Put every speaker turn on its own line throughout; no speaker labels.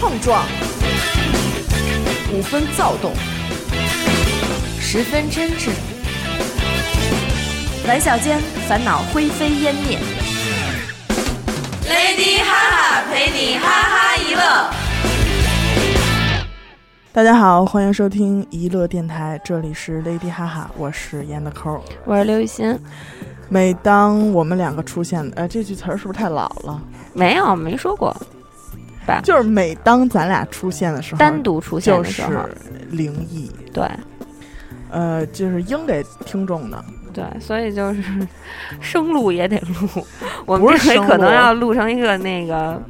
碰撞，五分躁动，十分真挚。玩笑间，烦恼灰飞烟灭。
Lady 哈哈陪你哈哈一乐。
大家好，欢迎收听娱乐电台，这里是 Lady 哈哈，我是严的抠。
我是刘雨欣，
每当我们两个出现，呃，这句词儿是不是太老了？
没有没说
啊
过，
就是每当咱俩出现的时候，
单独出现
就
的时
是
候，
灵异，
对
呃，就是应给听众的，
对，所以就是生录也得 录，我
不
们
是
这
生
回可能
录
要录成一个那个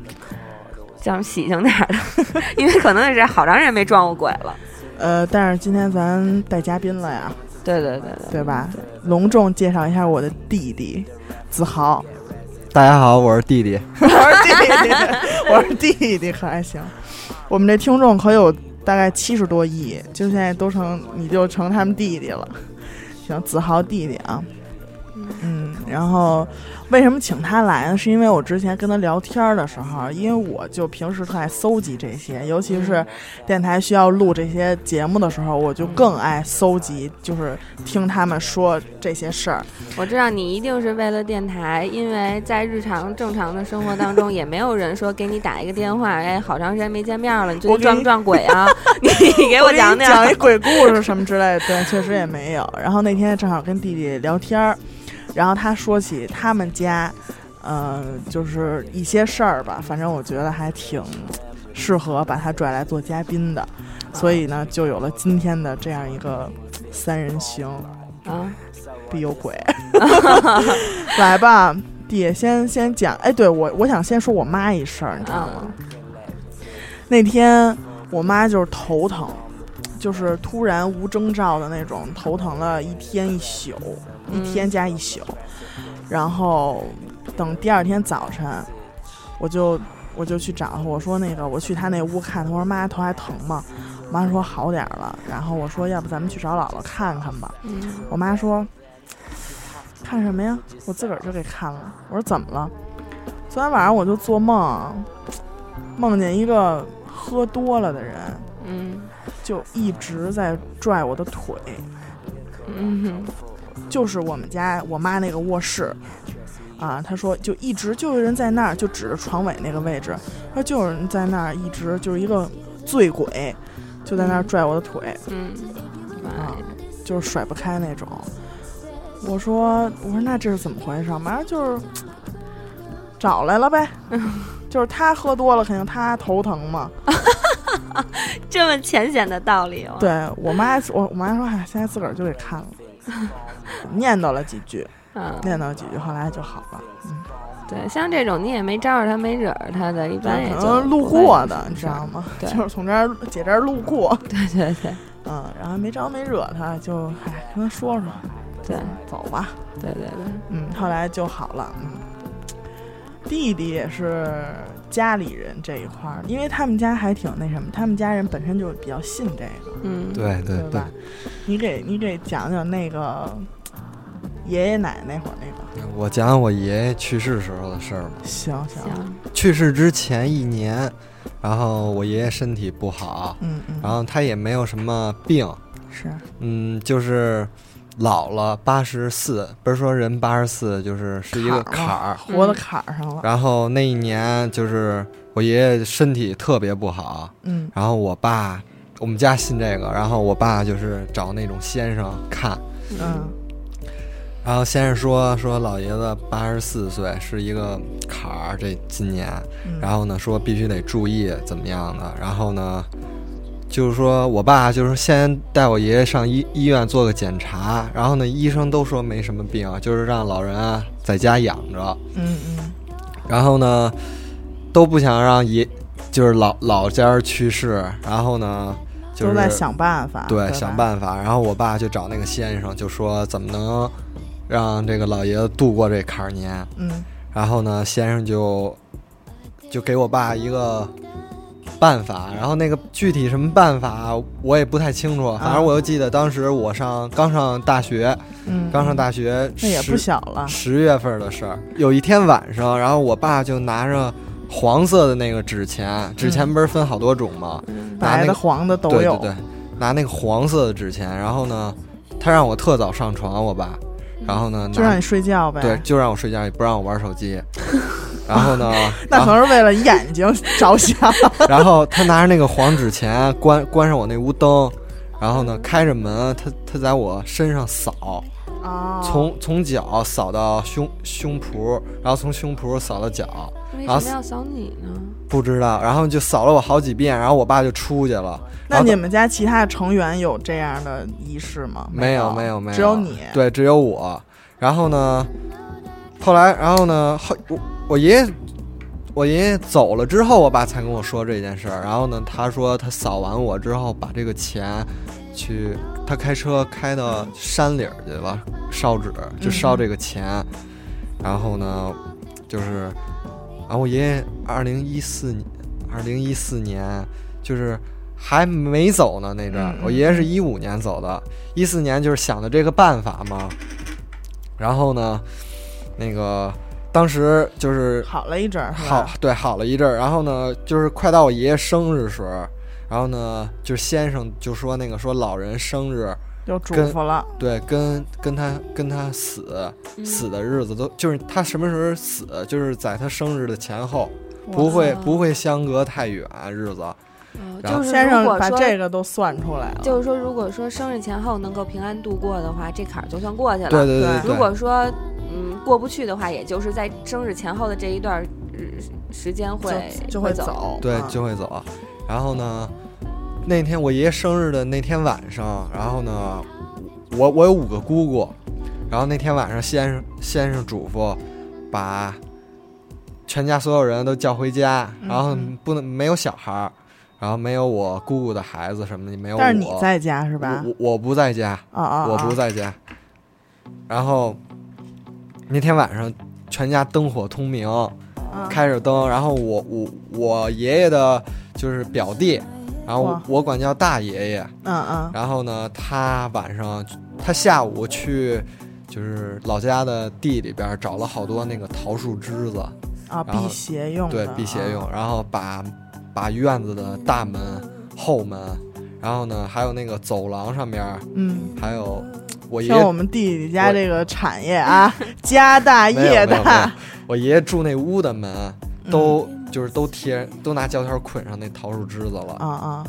叫什么喜庆点儿的，因为可能是好长时间没撞过鬼了。
呃，但是今天咱带嘉宾了呀，
对对对对，
对吧？隆重介绍一下我的弟弟子豪，
大家好，我是弟弟。
我是弟弟， 我是弟弟，可还行。我们这听众可有大概七十多亿，就现在都成你就成他们弟弟了。行，子豪弟弟啊，嗯，然后为什么请他来呢？是因为我之前跟他聊天儿的时候，因为我就平时特爱搜集这些，尤其是电台需要录这些节目的时候，我就更爱搜集，就是听他们说这些事儿。
我知道你一定是为了电台，因为在日常正常的生活当中，也没有人说给你打一个电话，哎，好长时间没见面了，你最
我
近
给你
撞不撞鬼啊？ 你你给我
给你
讲
讲一
讲。
鬼故事 什么之类的，对，确实也没有。然后那天正好跟弟弟聊天儿，然后他说起他们家，呃，就是一些事儿吧，反正我觉得还挺适合把他拽来做嘉宾的，所以呢，就有了今天的这样一个三人行，
啊，
必有 鬼。来吧，弟，先先讲。哎，对我，我想先说我妈一事儿，你知道吗？
嗯，
那天我妈就是头疼，就是突然无征兆的那种头疼了一天一宿，一
嗯
天加一宿，然后等第二天早晨，我就我就去找她，我说那个我去她那屋看，她说妈头还疼吗？我妈说好点儿了，然后我说要不咱们去找姥姥看看吧。
嗯
我妈说：“看什么呀？我自个儿就给看了。”我说：“怎么了？”昨天晚上我就做梦，梦见一个喝多了的人，
嗯
就一直在拽我的腿，
嗯哼。
就是我们家我妈那个卧室。啊，她说就一直就有人在那儿，就指着床尾那个位置，她说就有人在那儿一直就是一个醉鬼，就在那儿拽我的腿，
嗯，
啊，就是甩不开那种。我说我说那这是怎么回事？马上就是找来了 呗，就是他喝多了，肯定他头疼嘛。
这么浅显的道理哦吗？，
对我妈说，我我妈说，哎，现在自个儿就给看了，念叨了几句，
嗯，
念叨几句，后来就好了。嗯，
对，像这种你也没招惹他，没惹着他的，一般也
可
就
能嗯路过的，你知道吗？
对
就是从这儿姐这儿路过，
对对对
嗯，然后没招没惹他，就哎跟他说说，
对
走吧。
对对对，
嗯，后来就好了。嗯，弟弟也是家里人这一块儿，因为他们家还挺那什么，他们家人本身就比较信这个，
嗯，
对对
吧？你给你给讲讲那个爷爷奶奶那会儿那个，
对，我讲讲我爷爷去世时候的事儿吧。
行行，
行，
去世之前一年，然后我爷爷身体不好，
嗯嗯，
然后他也没有什么病，
是，
嗯，就是老了八十四，不是说人八十四就是是一个
坎
坎
儿
儿。哦
活到坎儿上了，
然后那一年就是我爷爷身体特别不好，
嗯
然后我爸，我们家信这个，然后我爸就是找那种先生看。
嗯
然后先是说说老爷子八十四岁是一个坎儿，这今年，
嗯，
然后呢说必须得注意怎么样的，然后呢，就是说我爸就是先带我爷爷上医医院做个检查，然后呢医生都说没什么病，就是让老人啊在家养着，
嗯嗯
然后呢都不想让爷就是老老家儿去世，然后呢就
都
是
在想办法，啊对
对，
吧，
想办法。然后我爸就找那个先生，就说怎么能让这个老爷子度过这坎儿年。
嗯
然后呢，先生就就给我爸一个办法，然后那个具体什么办法我也不太清楚，
啊
反正我就记得当时我上刚上大学，
嗯，
刚上大学
那也
十
不小了，啊
十月份的事儿。有一天晚上，然后我爸就拿着黄色的那个纸钱，纸钱不是分好多种吗？拿
嗯白
那
的、
个
黄的都
对
有
对。对，拿那个黄色的纸钱，然后呢，他让我特早上床，我爸，然后呢，
嗯就
拿
让你睡觉呗。
对，就让我睡觉，也不让我玩手 机。然后呢，
那
然
可
后
能是为了眼睛着想。
然后他拿着那个黄纸钱关关上我那屋灯，然后呢开着门，他他在我身上扫，
哦
从从脚扫到胸胸脯，然后从胸脯扫到脚，
嗯
为
然后
什么要扫你呢？
不知道，然后就扫了我好几遍，然后我爸就出去了。然
那
后
你
他
们家其他的成员有这样的仪式吗？
没有
有
没有没有，
只有你。
对，只有我。然后呢，后来然后呢，后我我爷爷我爷爷走了之后，我爸才跟我说这件事儿。然后呢，他说他扫完我之后，把这个钱去他开车开到山里儿去了，烧纸就
嗯
烧这个钱。然后呢，就是，然啊后我爷爷二零一四年，二零一四年就是还没走呢那阵儿
嗯，
我爷爷是一五年走的，一四年就是想的这个办法嘛。然后呢，那个当时就是
好了一阵儿，是吧
好，对，好了一阵儿。然后呢，就是快到我爷爷生日时候，然后呢，就是先生就说那个说老人生日，
又嘱
跟
咐了。
对，跟跟他跟他死死的日子都就是他什么时候死，就是在他生日的前后，不会不会相隔太远日子。
嗯
然后
就是
先
如
生
果
把
说
这个都算出来了，
就是说，如果说生日前后能够平安度过的话，这坎儿就算过去了。
对对
对
对，
如果说嗯过不去的话，也就是在生日前后的这一段儿日时间会
就就
会
会。走，
对
啊
就会走。然后呢，那天我爷爷生日的那天晚上，然后呢，我我有五个姑姑，然后那天晚上先生先生嘱咐把全家所有人都叫回家，然后
嗯
不能没有小孩儿，然后没有我姑姑的孩子什么的，没有我。
但是你在家是吧？
我我我不在家，
啊啊，
我不
啊
在家。然后那天晚上全家灯火通明，
啊
开着灯，然后我我我爷爷的就是表弟，然后我
哇
我管叫大爷爷，
嗯嗯
然后呢，他晚上他下午去就是老家的地里边找了好多那个桃树枝子，
啊，
然后
辟邪用
对
的，
辟邪
啊
用，然后把把院子的大门、后门，然后呢还有那个走廊上面，
嗯。
还有我爷
像
爷
我们弟弟家这个产业啊， 家大
没有
业
没有没有
大，，嗯
我爷爷住那屋的门都、就是都贴都拿胶条捆上那桃树枝子了，
啊啊，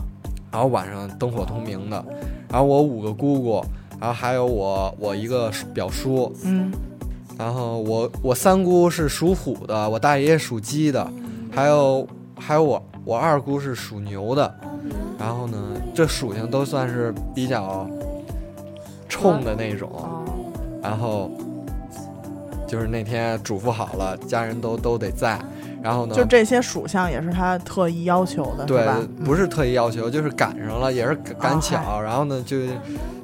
然后晚上灯火通明的，然后我五个姑姑，然后还有我我一个表叔，
嗯，
然后我我三姑是属虎的，我大爷爷属鸡的，还有还有我我二姑是属牛的，然后呢这属性都算是比较冲的那种，
哦，
然后就是那天嘱咐好了，家人都都得在，然后呢
就这些属相也是他特意要求的，
对
是吧？，嗯
不
是
是特意要求，就是赶上了，也是赶赶巧。然后呢，就，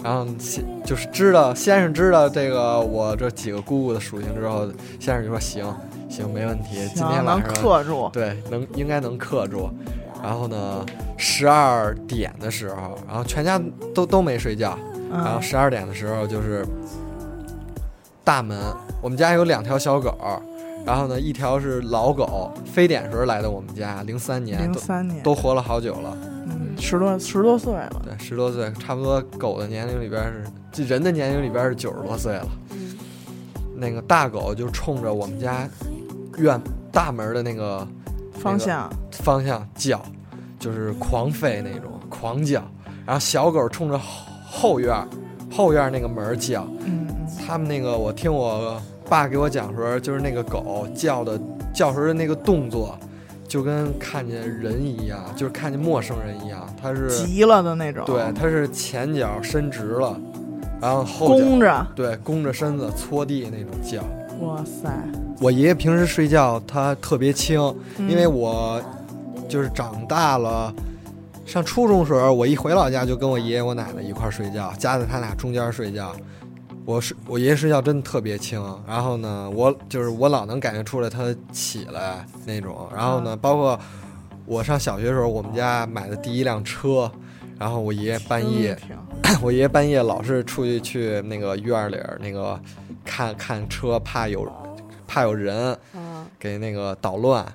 然后先就是知道先生知道这个我这几个姑姑的属性之后，先生就说行行没问题，今天晚
能
上
克住，
对能应该能克住。然后呢，十二点的时候，然后全家都都没睡觉，然后
嗯
十二点的时候就是大门，我们家有两条小狗。然后呢，一条是老狗，非典时候来的我们家，零三年
零
都
三年
都活了好久了，
嗯十多十多岁了，
对，十多岁，差不多狗的年龄里边是，这人的年龄里边是九十多岁了。
嗯
那个大狗就冲着我们家院大门的那个
方向
方向叫，就是狂吠那种，狂叫。然后小狗冲着后后院后院那个门叫，
嗯嗯
他们那个我听我爸给我讲说，就是那个狗叫的叫时候的那个动作，就跟看见人一样，就是看见陌生人一样，它是
急了的那种，
对，，它是前脚伸直了，然后后脚
弓着，
对弓着身子搓地那种叫。
哇塞，
我爷爷平时睡觉他特别轻，因为
嗯
我就是长大了，上初中时候，我一回老家就跟我爷爷我奶奶一块儿睡觉，夹在他俩中间睡觉。我是我爷爷睡觉真的特别轻，然后呢，我就是我老能感觉出来他起来那种，然后呢，包括我上小学的时候，我们家买的第一辆车，然后我爷爷半夜
真挺
我爷爷半夜老是出去去那个院儿里儿那个看看车，怕有怕有人
嗯，
给那个捣乱，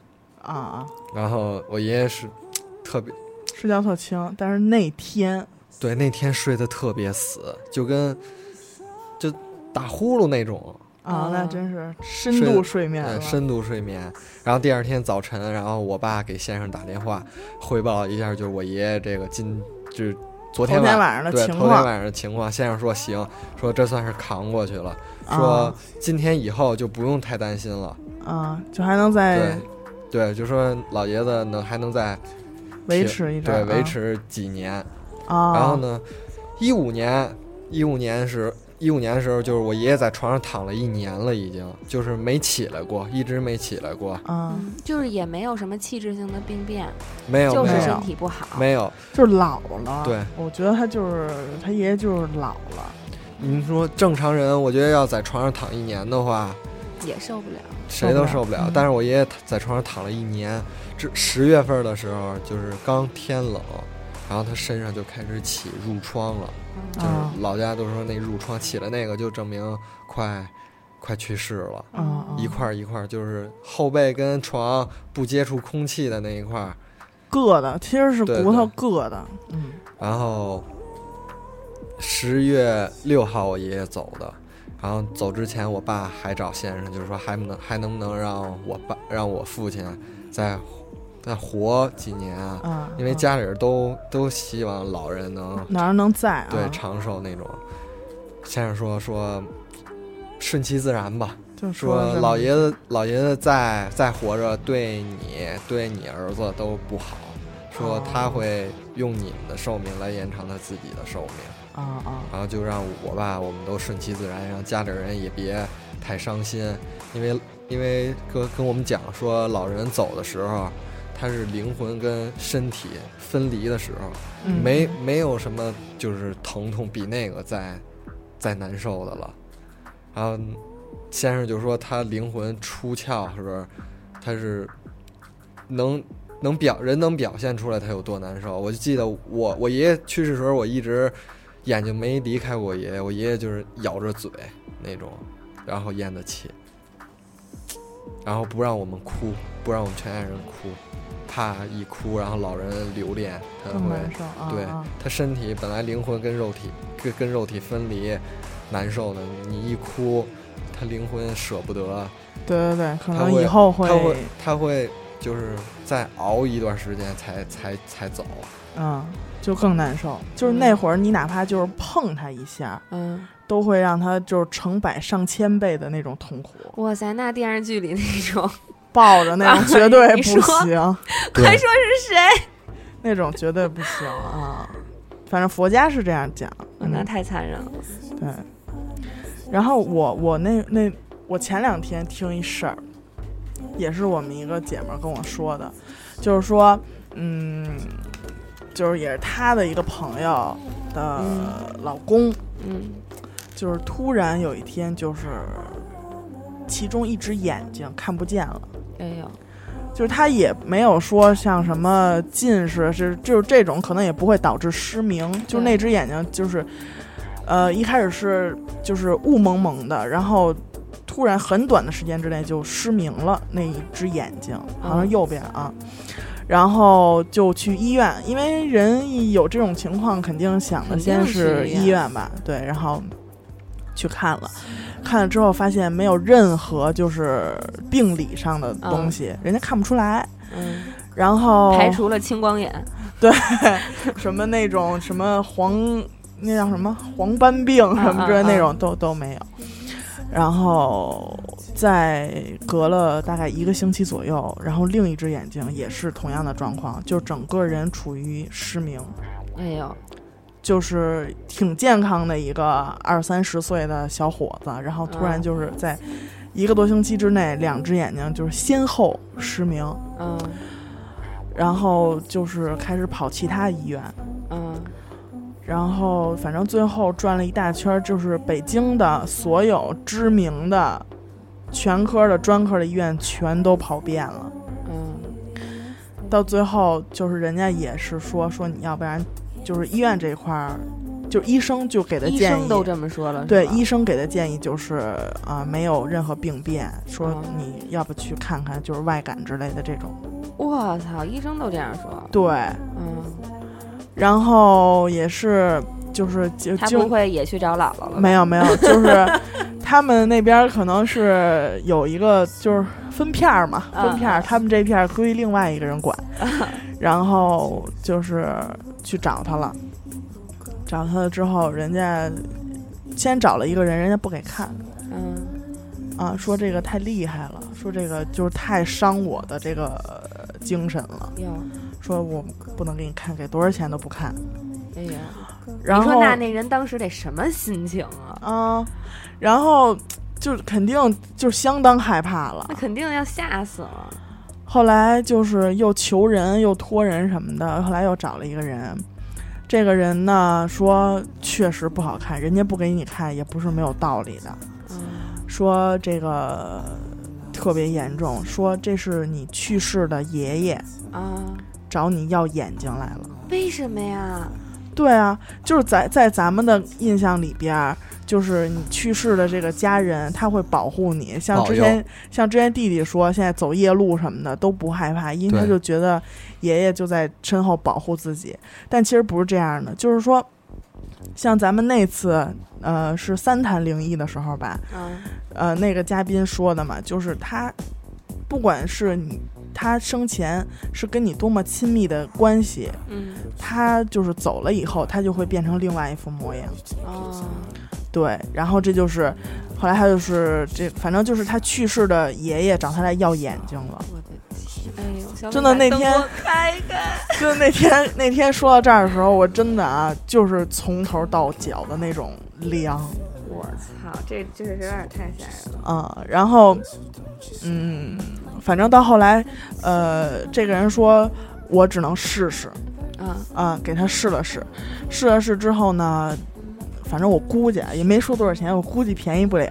啊啊，
然后我爷爷是特别
睡觉特轻，但是那天
对那天睡得特别死，就跟就打呼噜那种，
啊
啊，
那真是啊深
睡
度睡眠
嗯，
了，
深度睡眠。然后第二天早晨，然后我爸给先生打电话汇报一下，就是我爷爷这个今就是昨天
昨天
晚
晚上的
对
情
头天
况，
晚上的情况。先生说行，说这算是扛过去了，说
啊
今天以后就不用太担心了。
啊，就还能再
对，对，就说老爷子能还能再
维
挺
持一阵
对
儿，
维持几年。
啊。
然后
呢？
呢，一五年一五年时。一五年的时候，就是我爷爷在床上躺了一年了，已经就是没起来过，一直没起来过，
啊，
嗯，就是也没有什么器质性的病变，
没有，
就是
没有
身体不好。
没有，
就是老了。
对，
我觉得他就是他爷爷就是老了，
您说正常人，我觉得要在床上躺一年的话，
也受不了。
谁都
受
受
不
不
了
了。
嗯
但是我爷爷在床上躺了一年，这十月份的时候，就是刚天冷，然后他身上就开始起褥疮了，
嗯
哦
就是
啊
老家都说那褥疮起了那个，就证明快快去世了。
啊啊，
一块儿一块儿，就是后背跟床不接触空气的那一块儿，
硌的，其实是
对
骨头
对
硌的。嗯，
然后十月六号我爷爷走的，然后走之前我爸还找先生，就是说还不能还能不能让我爸让我父亲再再活几年啊？
啊，
因为
啊
家里人都都希望老人能
哪儿能在啊？
对长寿那种。先生说说顺其自然吧，
就
说
是
老爷子老爷子再再活着，对你对你儿子都不好。说他会用你们的寿命来延长他自己的寿命，
啊啊
然后就让我爸我们都顺其自然，让家里人也别太伤心，因为因为跟跟我们讲说老人走的时候，他是灵魂跟身体分离的时候，
嗯
没没有什么就是疼痛比那个再再难受的了。然后先生就说他灵魂出窍是，他是能能表人能表现出来他有多难受。我就记得我我爷爷去世的时候，我一直眼睛没离开过我爷爷，我爷爷就是咬着嘴那种，然后咽的气，然后不让我们哭，不让我们全家人哭，怕一哭然后老人留恋，他
更
会
难受啊。
对
啊
他身体本来灵魂跟肉体跟跟肉体分离，难受的。你一哭，他灵魂舍不得，
对对对，可
他
能
会
以后
他会他会就是再熬一段时间才才才走。
嗯，就更难受。就是那
嗯
会儿，你哪怕就是碰他一下，
嗯，
都会让他就是成百上千倍的那种痛苦，
哇塞，那电视剧里那种，
抱着那种绝对
啊你
不
说
行，
快说是谁？
那种绝对不行啊。反正佛家是这样讲，
嗯
哇那太残忍了。
对。然后我我那那我前两天听一事儿，也是我们一个姐们儿跟我说的，就是说，嗯，就是也是她的一个朋友的老公，
嗯
就是突然有一天，就是其中一只眼睛看不见了，
哎呦，
就是他也没有说像什么近视，是就是这种可能也不会导致失明，就是那只眼睛就是，呃，一开始是就是雾蒙蒙的，然后突然很短的时间之内就失明了那一只眼睛，好像
嗯
右边啊。然后就去医院，因为人一有这种情况，肯定想的
肯定
先
是
是
医院
医院吧，对，然后去看了，看了之后发现没有任何就是病理上的东西，人家看不出来，
嗯，
然
哦
后
排除了青光眼。
什么那种什么黄那叫什么黄斑病什么之类
啊啊啊
那种都、都没有。然后在隔了大概一个星期左右，然后另一只眼睛也是同样的状况，就整个人处于失明，
哎呦，
就是挺健康的一个二三十岁的小伙子，然后突然
嗯
就是在一个多星期之内，两只眼睛就是先后失明，
嗯
然后就是开始跑其他医院，
嗯
然后反正最后转了一大圈儿，就是北京的所有知名的全科的专科的医院全都跑遍了，
嗯，
到最后就是人家也是说说你要不然就是医院这一块儿，就医生就给的
医
建议
生都这么说了。是
对
吧
医生给的建议就是呃啊、没有任何病变，说
哦
你要不去看看就是外感之类的这种。
我操，医生都这样说。
对，
嗯，
然后也是就是就
他
就
不会也去找姥姥了吧？
没有没有，就是 他们那边儿可能是有一个就是分片儿嘛，
嗯
分片儿，
嗯
他们这片儿归另外一个人管，
啊
然后就是去找他了，找他了之后，人家先找了一个人，人家不给看
嗯，
啊，说这个太厉害了，说这个就是太伤我的这个呃精神了，
哟，
说我不能给你看，给多少钱都不看，
哎呀，
然
你
后
说那那人当时得什么心情啊？
啊，然后就肯定就相当害怕了
那。肯定要吓死了。
后来就是又求人又托人什么的，后来又找了一个人，这个人呢说确实不好看，人家不给你看也不是没有道理的，
嗯，
说这个特别严重，说这是你去世的爷爷
啊，
找你要眼睛来了。
为什么呀？
对啊，就是在在咱们的印象里边儿，就是你去世的这个家人，他会保护你。像
保
之
佑
前，像之前弟弟说，现在走夜路什么的都不害怕，因为他
对
就觉得爷爷就在身后保护自己。但其实不是这样的，就是说，像咱们那次，呃，是三谈灵异的时候吧，
嗯
呃，那个嘉宾说的嘛，就是他，不管是你他生前是跟你多么亲密的关系，
嗯
他就是走了以后，他就会变成另外一副模样。
哦，
对，然后这就是，后来他就是这，反正就是他去世的爷爷找他来要眼睛 了。
我的天！哎呦，小
真的
美把
那天
灯给我开开，
就那天那天说到这儿的时候，我真的啊，就是从头到脚的那种凉
我操，这这是有点太吓人了。
啊、然后，嗯，反正到后来，呃，这个人说我只能试试
啊，
啊、给他试了试，试了试之后呢。反正我估计啊，也没说多少钱，我估计便宜 不了，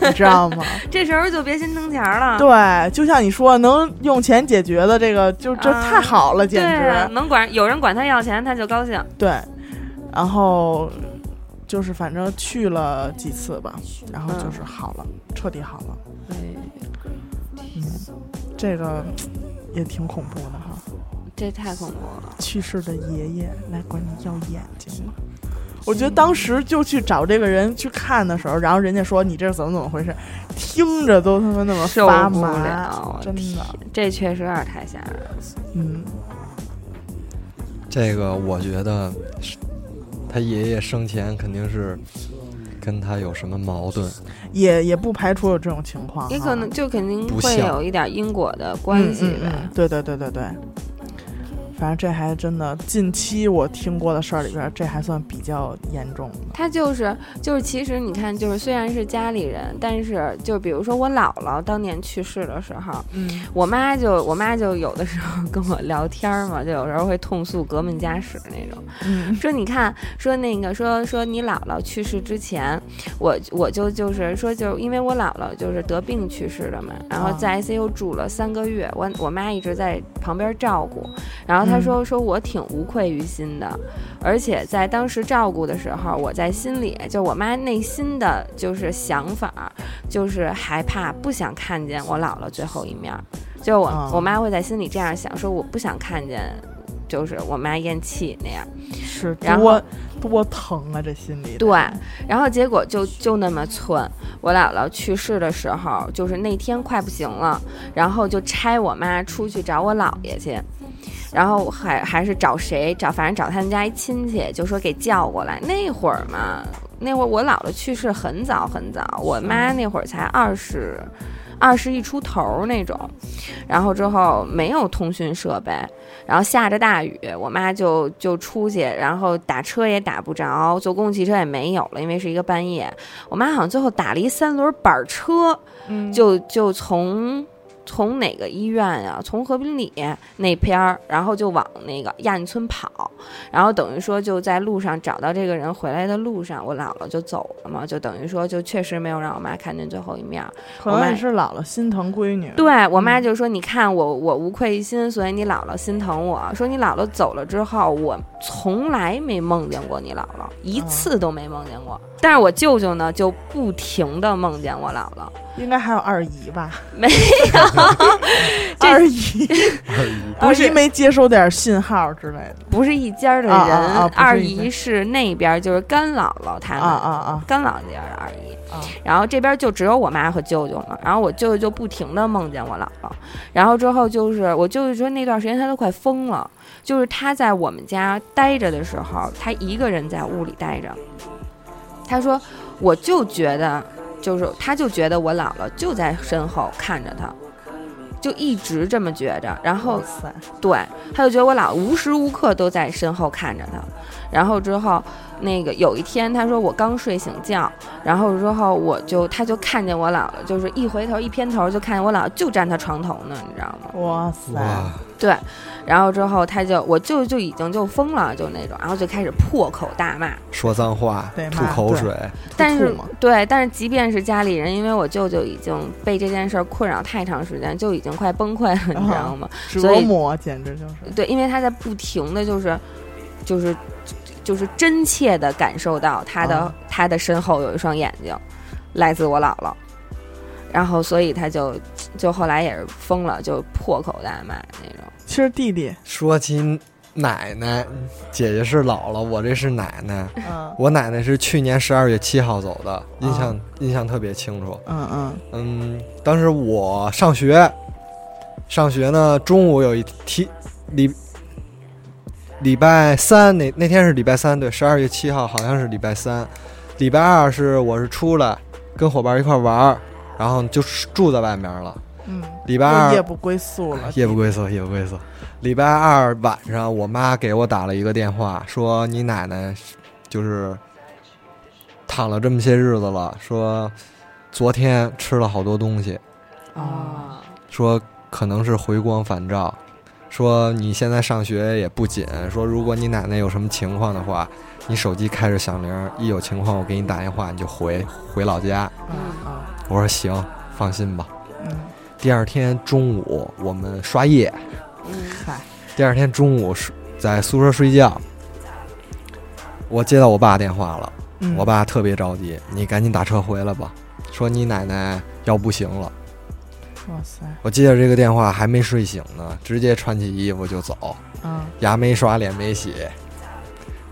你知道吗？
这时候就别心疼钱儿了。
对，就像你说，能用钱解决的这个，就这
啊
太好了，简
对
直。
啊，能管有人管他要钱，他就高兴。
对，然后就是反正去了几次吧，然后
嗯
就是好了，彻底好了。
哎
嗯，这个也挺恐怖的哈，
这太恐怖了。
去世的爷爷来管你要眼睛了。我觉得当时就去找这个人去看的时候，然后人家说你这是怎么怎么回事，听着都他妈那么
受
发
不
麻
了，我
真的，
这确实有点太吓人了。
嗯，
这个我觉得是他爷爷生前肯定是跟他有什么矛盾，
也也不排除有这种情况哈，啊
也可能就肯定
不
会
像
有一点因果的关系
嗯嗯
呗
嗯。。对对对对对，反正这还真的，近期我听过的事儿里边儿，这还算比较严重的。
他就是就是，其实你看，就是虽然是家里人，但是就比如说我姥姥当年去世的时候，
嗯
我妈就我妈就有的时候跟我聊天儿嘛，就有时候会痛诉革命家史那种，
嗯
说你看，说那个说说你姥姥去世之前，我我就就是说就是因为我姥姥就是得病去世的嘛，然后
啊
在 ICU 住了三个月，我我妈一直在旁边照顾，然后
嗯
她说、说我挺无愧于心的，而且在当时照顾的时候，我在心里就我妈内心的就是想法儿，就是害怕不想看见我姥姥最后一面儿，就我、
啊
我妈会在心里这样想，说我不想看见。就是我妈咽气那样，
是
然后
多多疼啊，这心里。
对，然后结果就就那么寸。我姥姥去世的时候，就是那天快不行了，然后就差我妈出去找我姥爷去，然后还还是找谁找，反正找他们家一亲戚，就说给叫过来。那会儿嘛，那会儿我姥姥去世很早很早，我妈那会儿才二十。二十一出头那种，然后之后没有通讯设备，然后下着大雨，我妈就就出去，然后打车也打不着，坐公共汽车也没有了，因为是一个半夜。我妈好像最后打了一三轮板车，
嗯
就就从从哪个医院啊，从和平里那边儿，然后就往那个亚运村跑，然后等于说就在路上找到这个人回来的路上，我姥姥就走了嘛，就等于说就确实没有让我妈看见最后一面儿。
可
我妈
能也是姥姥心疼闺女。
对我妈
嗯
就说：“你看我，我无愧于心，所以你姥姥心疼我。说你姥姥走了之后，我从来没梦见过你姥姥，一
啊
次都没梦见过。但是我舅舅呢，就不停的梦见我姥姥。
应该还有二姨吧？
没 有，这
二 姨，
不
二姨
是
没接收点信号之类的
不是一家的人，
啊啊啊不是
二
一家
姨是那边就是干姥姥他们，
啊啊啊！
干姥姥那边的二姨。
啊
然后这边就只有我妈和舅舅了，然后我舅舅就不停的梦见我姥姥，然后之后就是我舅舅说那段时间他都快疯了，就是他在我们家待着的时候，他一个人在屋里待着，他说我就觉得就是他就觉得我姥姥就在身后看着他，就一直这么觉着，然后
哇塞，
对，他就觉得我姥无时无刻都在身后看着他。然后之后，那个有一天，他说我刚睡醒觉，然后之后我就他就看见我姥姥，就是一回头一偏头就看见我姥姥就站他床头呢，你知道吗？
哇塞，
哇，
对，然后之后他就我舅就已经就疯了，就那种，然后就开始破口大骂。
说脏话
对，
吐
骂
口
对
水，
但
吐
是
吐嘛
对，但是即便是家里人，因为我舅舅已经被这件事儿困扰太长时间，就已经快崩溃了，你知道吗？所
折
以
磨简直就是
对，因为他在不停的就是，就是，就是真切的感受到他的、
哦
啊
他的身后有一双眼睛，来自我姥姥，然后所以他就就后来也是疯了，就破口大骂那种。
其实弟弟，
说起奶奶，姐姐是姥姥，我这是奶奶。
嗯
我奶奶是去年十二月七号走的，印象、印象特别清楚。
嗯嗯
嗯，当时我上学，上学呢，中午有一天礼礼拜三那那天是礼拜三，对，十二月七号好像是礼拜三，礼拜二是我是出来跟伙伴一块玩儿，然后就住在外面了。
嗯，
礼拜
就
二
夜不归宿了，
夜不归宿，夜不归宿。礼拜二晚上，我妈给我打了一个电话，说你奶奶就是躺了这么些日子了，说昨天吃了好多东西，
哦，
说可能是回光返照，说你现在上学也不紧，说如果你奶奶有什么情况的话，你手机开着响铃，一有情况我给你打电话，你就回回老家。
嗯啊
我说行，放心吧。
嗯，
第二天中午我们刷夜。
嗯，
嗨，
第二天中午睡在宿舍睡觉，我接到我爸电话了，
嗯
我爸特别着急，你赶紧打车回来吧，说你奶奶要不行了。
哇塞，
我接着这个电话还没睡醒呢，直接穿起衣服就走，
嗯
牙没刷，脸没洗，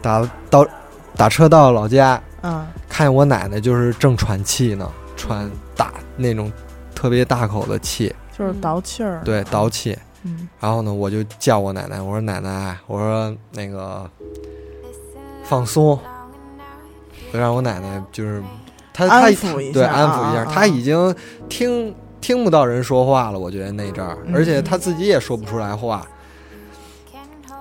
打到打车到老家，
嗯
看见我奶奶就是正喘气呢，喘大那种特别大口的气，
就是
嗯
倒气儿，
对，倒气。
嗯
然后呢，我就叫我奶奶，我说奶奶，我说那个放松，就让我奶奶就是她她
安抚一下
对安抚一
啊啊
下，
啊
她已经听听不到人说话了，我觉得那阵儿，
嗯
而且她自己也说不出来话。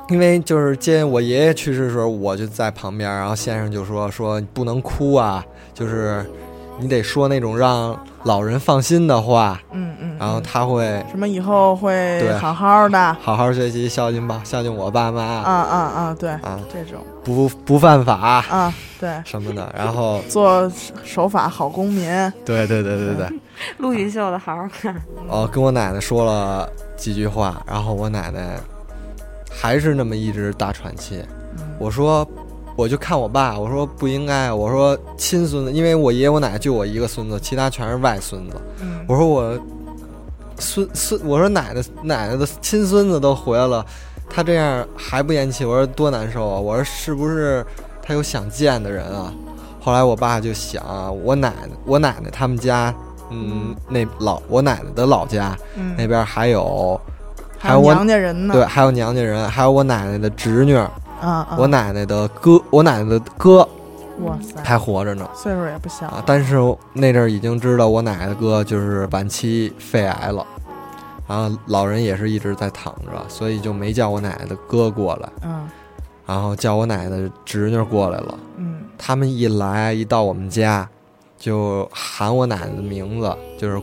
因为就是接我爷爷去世的时候，我就在旁边，然后先生就说说不能哭啊，就是你得说那种让老人放心的话，
嗯嗯，
然后
嗯
他会
什么以后会
对啊
好好的，
好好学习，孝敬爸，孝敬我爸妈
啊啊啊，对，
啊
这种
不不犯法
啊，对，
什么的。然后，
做守法好公民，
对对对对对，
陆云秀的好好看，
哦，跟我奶奶说了几句话，然后我奶奶还是那么一直大喘气。我说，我就看我爸，我说不应该，我说亲孙子，因为我爷爷我奶奶就我一个孙子，其他全是外孙子。
嗯
我说我孙孙，我说奶奶奶奶的亲孙子都回来了，他这样还不咽气，我说多难受啊！我说是不是他有想见的人啊？后来我爸就想啊，我奶奶我奶奶他们家，嗯，那老我奶奶的老家
嗯，
那边还有，还有
有
我
娘家人呢，
对，还有娘家人，还有我奶奶的侄女，
啊啊，
我奶奶的哥，我奶奶的哥
哇塞，
还活着呢。
岁数也不小
啊，但是那阵儿已经知道我奶奶哥就是晚期肺癌了，然后老人也是一直在躺着，所以就没叫我奶奶的哥过来，
嗯
然后叫我奶奶的侄女过来了。
嗯
他们一来一到我们家，就喊我奶奶的名字，就是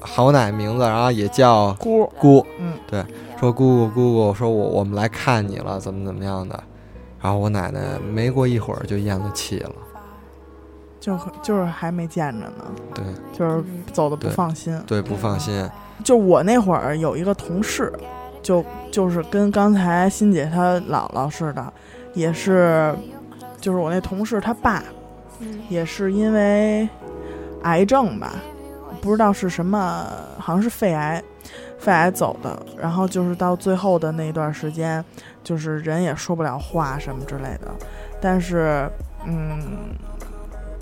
喊我奶奶名字，然后也叫
姑，
姑，
嗯，
对，说姑姑姑姑，说我我们来看你了，怎么怎么样的。然后我奶奶没过一会儿就咽了气了，
就就是还没见着呢，
对
就是
嗯
走的不
对
放心，
对，不放心。啊
就我那会儿有一个同事，就就是跟刚才欣姐她姥姥似的，也是，就是我那同事他爸，也是因为癌症吧，不不知道是什么，好像是肺癌，肺癌走的。然后就是到最后的那段时间，就是人也说不了话什么之类的。但是，嗯，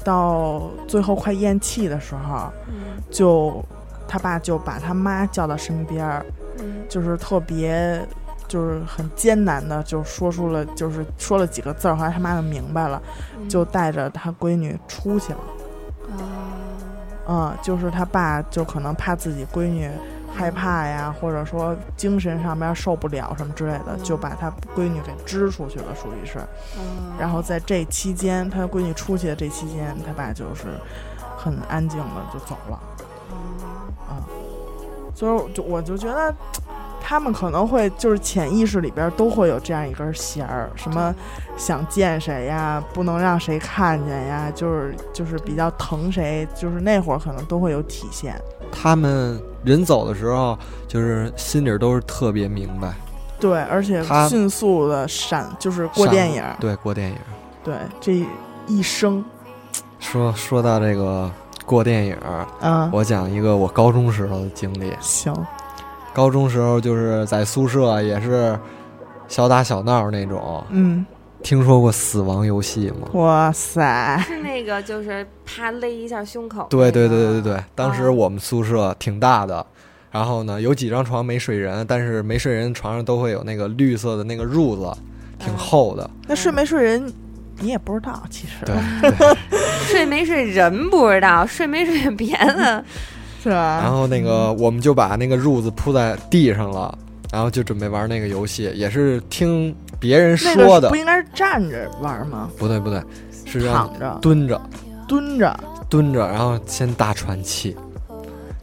到最后快咽气的时候，
嗯
就他爸就把他妈叫到身边儿，
嗯
就是特别，就是很艰难的就说出了，就是说了几个字儿，后来他妈就明白了，
嗯
就带着他闺女出去了。
啊
嗯，就是他爸就可能怕自己闺女害怕呀，或者说精神上面受不了什么之类的，
嗯
就把他闺女给支出去了，属于是。
啊
然后在这期间，他闺女出去的这期间，他爸就是很安静的就走了。嗯所以我就我就觉得，他们可能会就是潜意识里边都会有这样一根弦儿，什么想见谁呀，不能让谁看见呀，就是就是比较疼谁，就是那会儿可能都会有体现。
他们人走的时候，就是心里都是特别明白。
对，而且
他
迅速的闪，就是过
上
电影，
对，过电影。
对这一生，
说说到这个过电影，
嗯，
我讲一个我高中时候的经历。
行，
高中时候就是在宿舍也是小打小闹那种。
嗯，
听说过死亡游戏吗？
哇塞，
是那个就是啪勒一下胸口，
对对对对对，对，当时
哦
我们宿舍挺大的，然后呢有几张床没睡人，但是没睡人床上都会有那个绿色的那个褥子，挺
嗯
厚的。
那睡没睡人你也不知道，其实
对对，
睡没睡人不知道，睡没睡别的，
是吧？
然后那个
嗯
我们就把那个褥子铺在地上了，然后就准备玩那个游戏，也是听别人
那个
说
是
的
不，应该是站着玩吗？
不对不对，是啊让
躺着
蹲着
蹲着，
蹲着，然后先大喘气，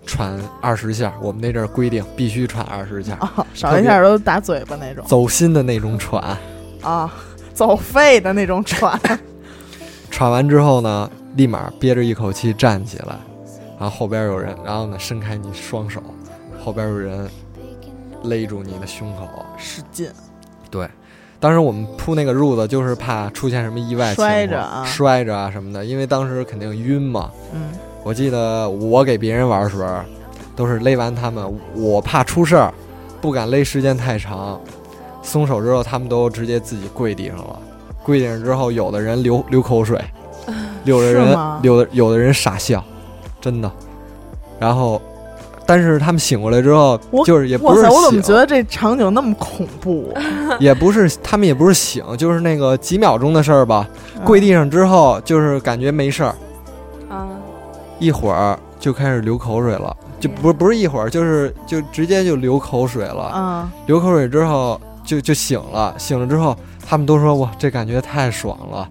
喘二十下，我们那阵儿规定必须喘二十下，
哦，少一下都打嘴巴那种
走心的那种喘。
啊，走肺的那种喘，
喘完之后呢，立马憋着一口气站起来，然后后边有人，然后呢伸开你双手，后边有人勒住你的胸口。
使劲，
对，当时我们铺那个褥子就是怕出现什么意外情况，
摔着啊
摔着啊什么的，因为当时肯定晕嘛。
嗯，
我记得我给别人玩的时候，都是勒完他们，我怕出事儿，不敢勒时间太长。松手之后，他们都直接自己跪地上了。跪地上之后，有的人流流口 水，有的
是
人
吗
有的有的人傻笑，真的。然后，但是他们醒过来之后
我，
就是也
哇
不是
塞，我怎么
醒
觉得这场景那么恐 怖？
也不是他们也不是醒，就是那个几秒钟的事儿吧。
嗯
跪地上之后，就是感觉没事儿，
啊，
一会儿就开始流口水了，就不不是一会儿，就是就直接就流口水了。
啊，
流口水之后就就醒了，醒了之后他们都说哇，这感觉太爽了，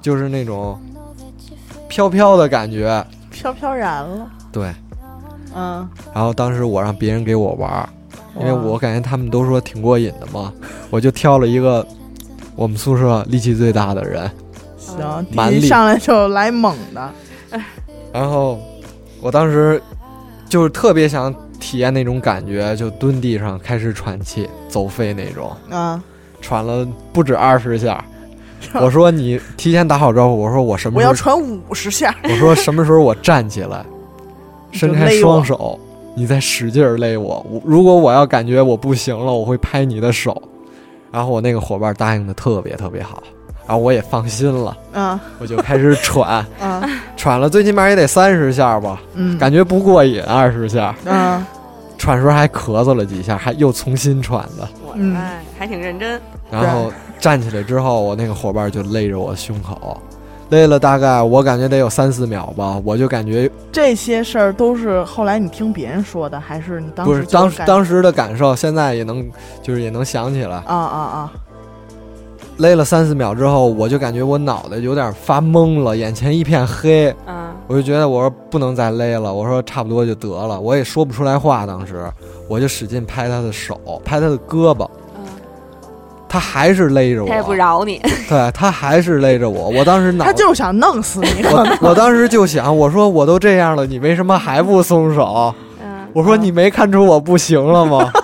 就是那种飘飘的感觉。
飘飘然了，
对，
嗯，
然后当时我让别人给我玩儿，因为
哇
我感觉他们都说挺过瘾的嘛，我就挑了一个我们宿舍力气最大的人。
行，弟
蛮
弟
力
上来就来猛的，
然后我当时就是特别想体验那种感觉，就蹲地上开始喘气，走肺那种，
啊，
喘了不止二 十下。我说你提前打好招呼，我说我什么
我
时
要
候，
传五十下，
我说什么时候我站起来，伸开
勒我
双手，你再使劲儿勒我。我如果我要感觉我不行了，我会拍你的手。然后我那个伙伴答应的特别特别好，然后我也放心了，
啊
我就开始喘，
啊，
喘了最起码也得三十下吧。
嗯，
感觉不过瘾，二十下，
啊，
喘时候还咳嗽了几下，还又重新喘的。
我
嗯
哎，还挺认真，
然后站起来之后，我那个伙伴就勒着我胸口，勒了大概我感觉得有三四秒吧，我就感觉
这些事儿都是后来你听别人说的，还是你当时
不是
就
当时
感
当时的感受，现在也能就是也能想起来。
啊啊啊，
勒了三四秒之后，我就感觉我脑袋有点发懵了，眼前一片黑，
啊，
我就觉得我说不能再勒了，我说差不多就得了，我也说不出来话，当时我就使劲拍他的手，拍他的胳膊，
嗯
他还是勒着我，
他也不饶你，
对他还是勒着我，我当时脑
他就是想弄死你，
我我当时就想，我说我都这样了，你为什么还不松手？
嗯，
我说你没看出我不行了吗？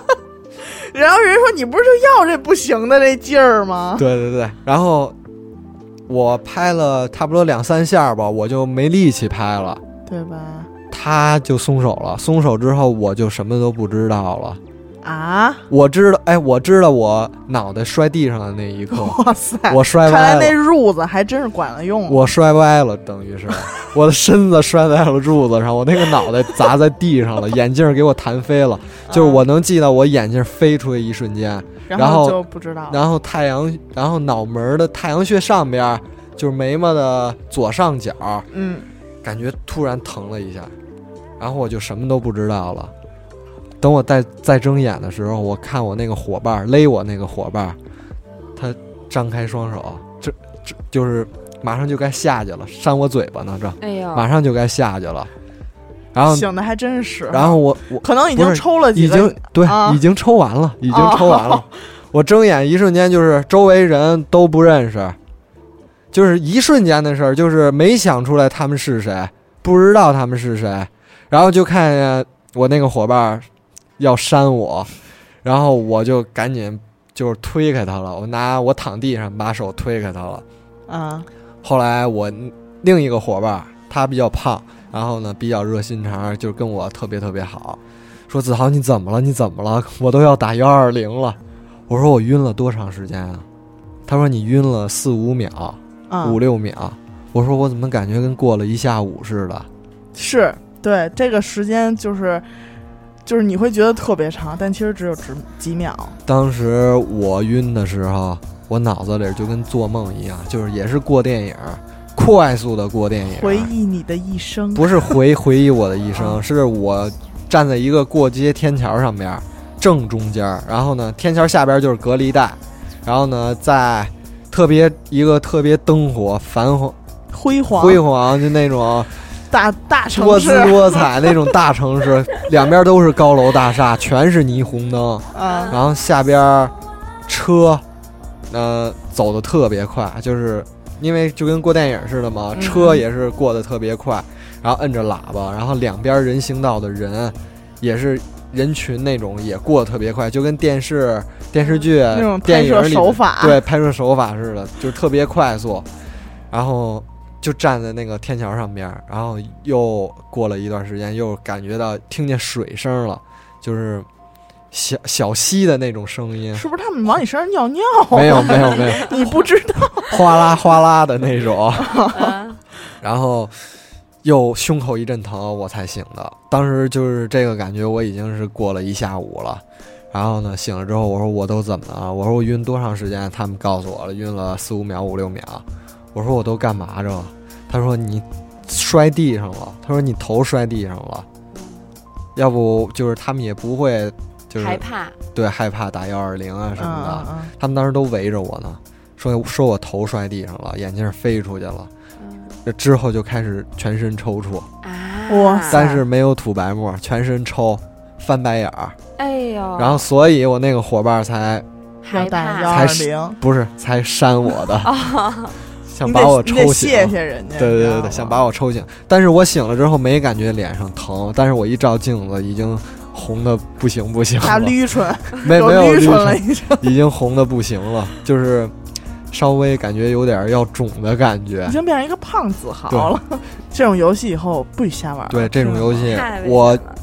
然后人说你不是就要这不行的这劲儿吗？
对对对，然后我拍了差不多两三下吧，我就没力气拍了。
对吧？
他就松手了。松手之后，我就什么都不知道了。
啊！
我知道，哎，我知道我脑袋摔地上的那一刻，
哇塞！
哦我摔
哦看来
歪
那
了，
褥子还真是管了用了。啊
我摔歪了，等于是我的身子摔在了柱子上，我那个脑袋砸在地上了，眼镜儿给我弹飞了。
啊
就是我能记得我眼镜飞出去一瞬间，
嗯然
然后
就不知道了。
然后太阳，然后脑门儿的太阳穴上边儿，就是眉毛的左上角，
嗯，
感觉突然疼了一下，然后我就什么都不知道了。等我再再睁眼的时候，我看我那个伙伴儿勒我那个伙伴儿，他张开双手，这这就是马上就该下去了，扇我嘴巴呢，这
哎呦，
马上就该下去了。然后，
醒的还真是。
啊然后我我
可能已
不
经
是
抽了
已
几个，
经对、
啊
已经抽完了，已经抽完了。
哦
我睁眼一瞬间，就是周围人都不认识，就是一瞬间的事儿，就是没想出来他们是谁，不知道他们是谁，然后就看见我那个伙伴儿要扇我，然后我就赶紧就是推开他了，我拿我躺地上把手推开他了。
啊
后来我另一个伙伴儿，他比较胖，然后呢比较热心肠，就跟我特别特别好，说子豪你怎么了？你怎么了？ 我都要打幺二零了。我说我晕了多长时间啊？他说你晕了四五秒、
啊，
五六秒。我说我怎么感觉跟过了一下午似的？
是对这个时间就是就是你会觉得特别长，但其实只有几几秒。
当时我晕的时候，我脑子里就跟做梦一样，就是也是过电影，快速的过电影，
回忆你的一生，
啊不是回回忆我的一
啊
生，是我站在一个过街天桥上边儿正中间儿，然后呢，天桥下边儿就是隔离带，然后呢，在特别一个特别灯火繁 华、
辉煌
辉煌就那种
大大
多
城市
姿多彩那种大城市，两边都是高楼大厦，全是霓虹灯，
啊
然后下边儿车，呃，走的特别快，就是因为就跟过电影似的嘛，
嗯
车也是过得特别快，然后摁着喇叭，然后两边人行道的人也是人群那种也过得特别快，就跟电视电视剧
那种
呃电
拍
影
摄
里
手法，
对拍摄手法似的，就是特别快速，然后就站在那个天桥上边儿，然后又过了一段时间，又感觉到听见水声了，就是小小溪的那种声音，
是不是他们往你身上尿尿？
没有没有没有，
你不知道
哗啦哗啦的那种，
嗯
然后又胸口一阵疼，我才醒的。当时就是这个感觉，我已经是过了一下午了。然后呢，醒了之后，我说我都怎么了？我说我晕多长时间？他们告诉我了，晕了四五秒、五六秒。我说我都干嘛着了？他说你摔地上了。他说你头摔地上了。要不就是他们也不会， 就是
害怕，
对害怕打幺二零啊什么的。
嗯嗯
他们当时都围着我呢，说说我头摔地上了，眼镜飞出去了，
嗯
这之后就开始全身抽搐，
啊，
哇塞
但是没有吐白沫，全身抽，翻白眼儿，
哎呦，
哦
然后所以我那个伙伴才
嗯要
害
打
怕
幺
才
二
是
零，
不是才扇我的，
哦
想
你
把我
得你得
抽醒。
谢谢人家，
对对
你知
对
道
对，
吗
想把我抽醒，但是我醒了之后没感觉脸上疼，但是我一照镜子已经红的不行不行
大
了，
捋唇，
没没有
捋
绿
唇
唇
了已经，
已经红的不行了，就是稍微感觉有点要肿的感觉
已。经变成一个胖子豪了。这种游戏以后不许瞎玩了。
对这种游戏
太，危
哎我啊
险了哎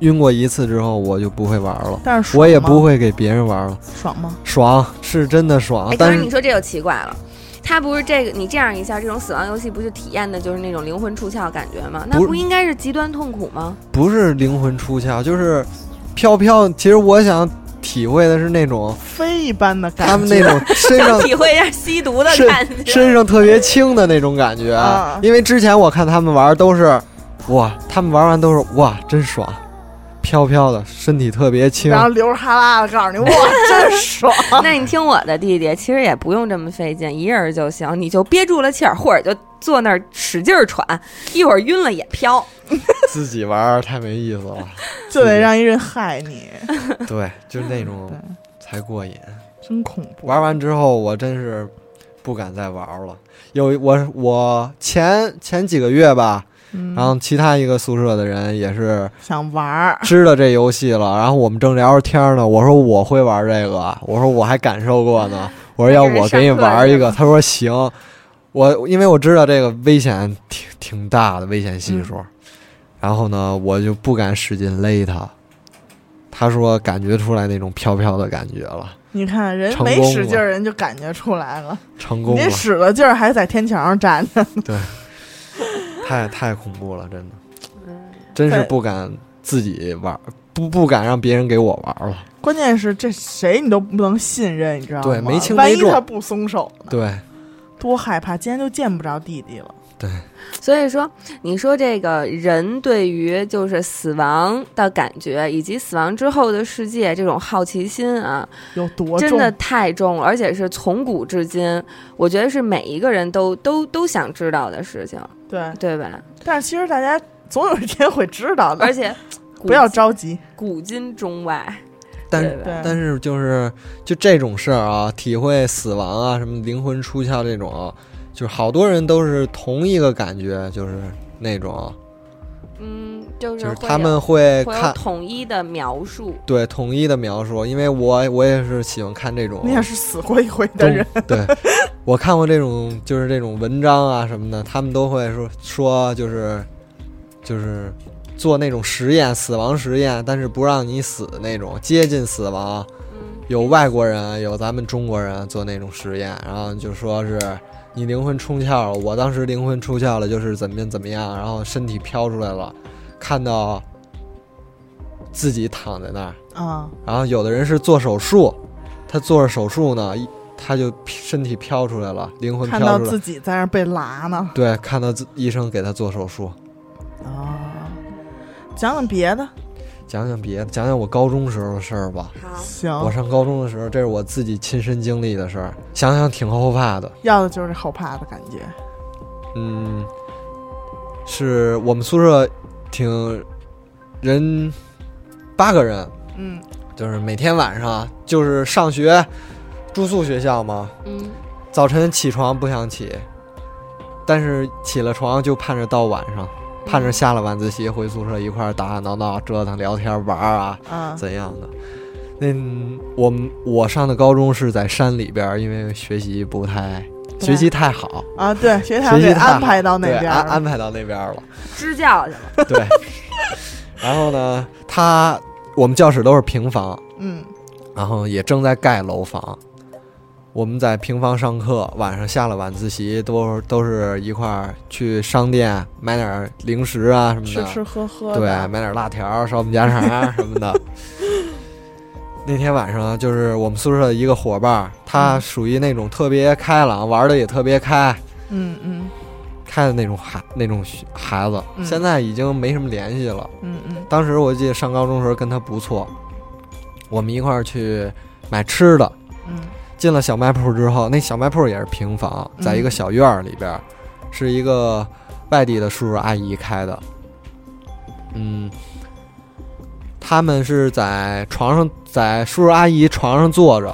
晕过一次之后我就不会玩了，
但是爽
我也不
吗
会给别人玩了。
爽吗？
爽是真的爽
哎，，可
但
是你
是
说这就奇怪了。他不是这个，你这样一下，这种死亡游戏不就体验的就是那种灵魂出窍感觉吗？那
不
不应该是极端痛苦吗？
不是灵魂出窍，就是飘飘。其实我想体会的是那种
飞一般的感觉，
他们那种身上
体会一下吸毒的感
身
觉。嗯
身上特别轻的那种感觉
啊，
因为之前我看他们玩都是，哇，他们玩完都是哇，真爽，飘飘的，身体特别轻
然。后流着哈喇子告诉 你，哇，真爽！
那你听我的，弟弟，其实也不用这么费劲，一人就行，你就憋住了气儿，或者就坐那儿使劲儿喘，一会儿晕了也飘。
自己玩儿太没意思了，
就得让一人害你，
对，就是 那种
对，
才过瘾。
真恐怖。
玩完之后，我真是不敢再玩了。有我我前前几个月吧，
嗯，
然后其他一个宿舍的人也是
想玩儿，
知道这游戏了， 然后我们正聊着天儿呢，我说我会玩这个，我说我还感受过呢，我说要我给你玩一个，他说行。我因为我知道这个危险挺挺大的，危险系数。然后呢，我就不敢使劲勒他。他说感觉出来那种飘飘的感觉了，
你看人
成
没
功
使劲儿，
了
人就感觉出来了。
成
你
功
这
了，
使了劲儿，还在天桥上站着。
对，太太恐怖了，真的，
嗯
真是
对
不敢自己玩儿，不不敢让别人给我玩儿了。
关键是这谁你都不能信任，你知道吗？
对没轻
万
没
一
重
他不松手呢？
嗯
对
多害怕，今天就见不着弟弟了。
对，
所以说，你说这个人对于就是死亡的感觉，以及死亡之后的世界这种好奇心啊，
有多重？
真的太重了，而且是从古至今，我觉得是每一个人都都都想知道的事情，
对，
对吧？
但是其实大家总有一天会知道
而
的，
且古
不要
今
着急。
古今中外，
但
对吧
对，
但是就是就这种事儿啊，体会死亡啊，什么灵魂出窍这种啊，就是好多人都是同一个感觉，就是那种，啊
嗯，就
就是是
会
他
有
们会
会有
看
统一的描述，
对统一的描述，因为我我也是喜欢看这种啊
你也是死过一回 的
东
人，
对，我看过这种就是这种文章啊什么的，他们都会说说就是就是做那种实验，死亡实验，但是不让你死那种接近死亡。
嗯，
有外国人，有咱们中国人做那种实验，然后就说是你灵魂出窍了。我当时灵魂出窍了，就是怎么样怎么样，然后身体飘出来了，看到自己躺在那儿。
啊，
然后有的人是做手术，他做着手术呢，一他就身体飘出来了，灵魂
看到
飘出来
自。己在那儿被拉呢
对，看到自医生给他做手术。
啊。讲讲别的，
讲讲别的，讲讲我高中时候的事儿吧。
好，
行，
我上高中的时候，这是我自己亲身经历的事儿，想想挺后怕的。
要的就是这后怕的感觉。
嗯，是我们宿舍挺人八个人，
嗯，
就是每天晚上就是上学住宿学校嘛，
嗯，
早晨起床不想起，但是起了床就盼着到晚
嗯
上，盼着下了晚自习回宿舍一块儿打打闹闹、折腾、聊天、玩儿啊，
啊，
怎样的？那我们我上的高中是在山里边儿，因为学习不太
对
学习太好，
啊，对，学堂给
学习太好
安排到那
对
边
安
儿了，
安排到那边儿了。
支教去了，
对， 然后呢，他我们教室都是平房，
嗯，
然后也正在盖楼房。我们在平房上课，晚上下了晚自习都都是一块儿去商店买点儿零食啊什么的，
吃吃喝喝
对，
的，
买点儿辣条儿、烧饼夹肠儿什 么的。那天晚上就是我们宿舍的一个伙伴儿，他属于那种特别开朗，玩的也特别开
嗯嗯
开的那种孩那种孩子，
嗯
现在已经没什么联系了。
嗯嗯
当时我记得上高中的时候跟他不错，我们一块儿去买吃的。
嗯，
进了小卖铺之后，那小卖铺也是平房，
嗯
在一个小院儿里边儿，是一个外地的叔叔阿姨开的。嗯，他们是在床上，在叔叔阿姨床上坐着。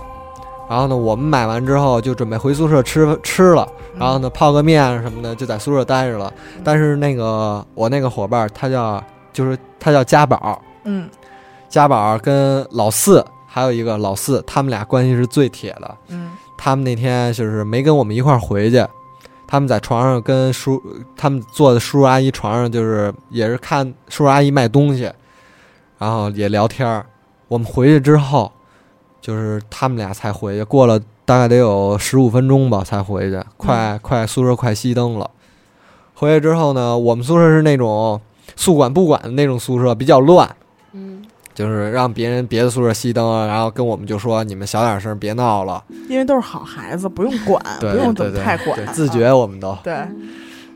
然后呢，我们买完之后就准备回宿舍吃吃了，然后呢泡个面什么的就在宿舍待着了。但是那个我那个伙伴儿，他叫就是他叫家宝，
嗯，
家宝跟老四还有一个老四，他们俩关系是最铁的。
嗯
他们那天就是没跟我们一块儿回去，他们在床上跟叔，他们坐在叔叔阿姨床上，就是也是看叔叔阿姨卖东西，然后也聊天儿。我们回去之后，就是他们俩才回去，过了大概得有十五分钟吧才回去，快快宿舍快熄灯了。回去之后呢，我们宿舍是那种宿管不管的那种宿舍，比较乱。
嗯，
就是让别人别的宿舍熄灯啊，然后跟我们就说你们小点声，别闹了，
嗯，因为都是好孩子，不用管，不
对
用怎
对
么
对
太管
对，
啊
自觉我们都，
对，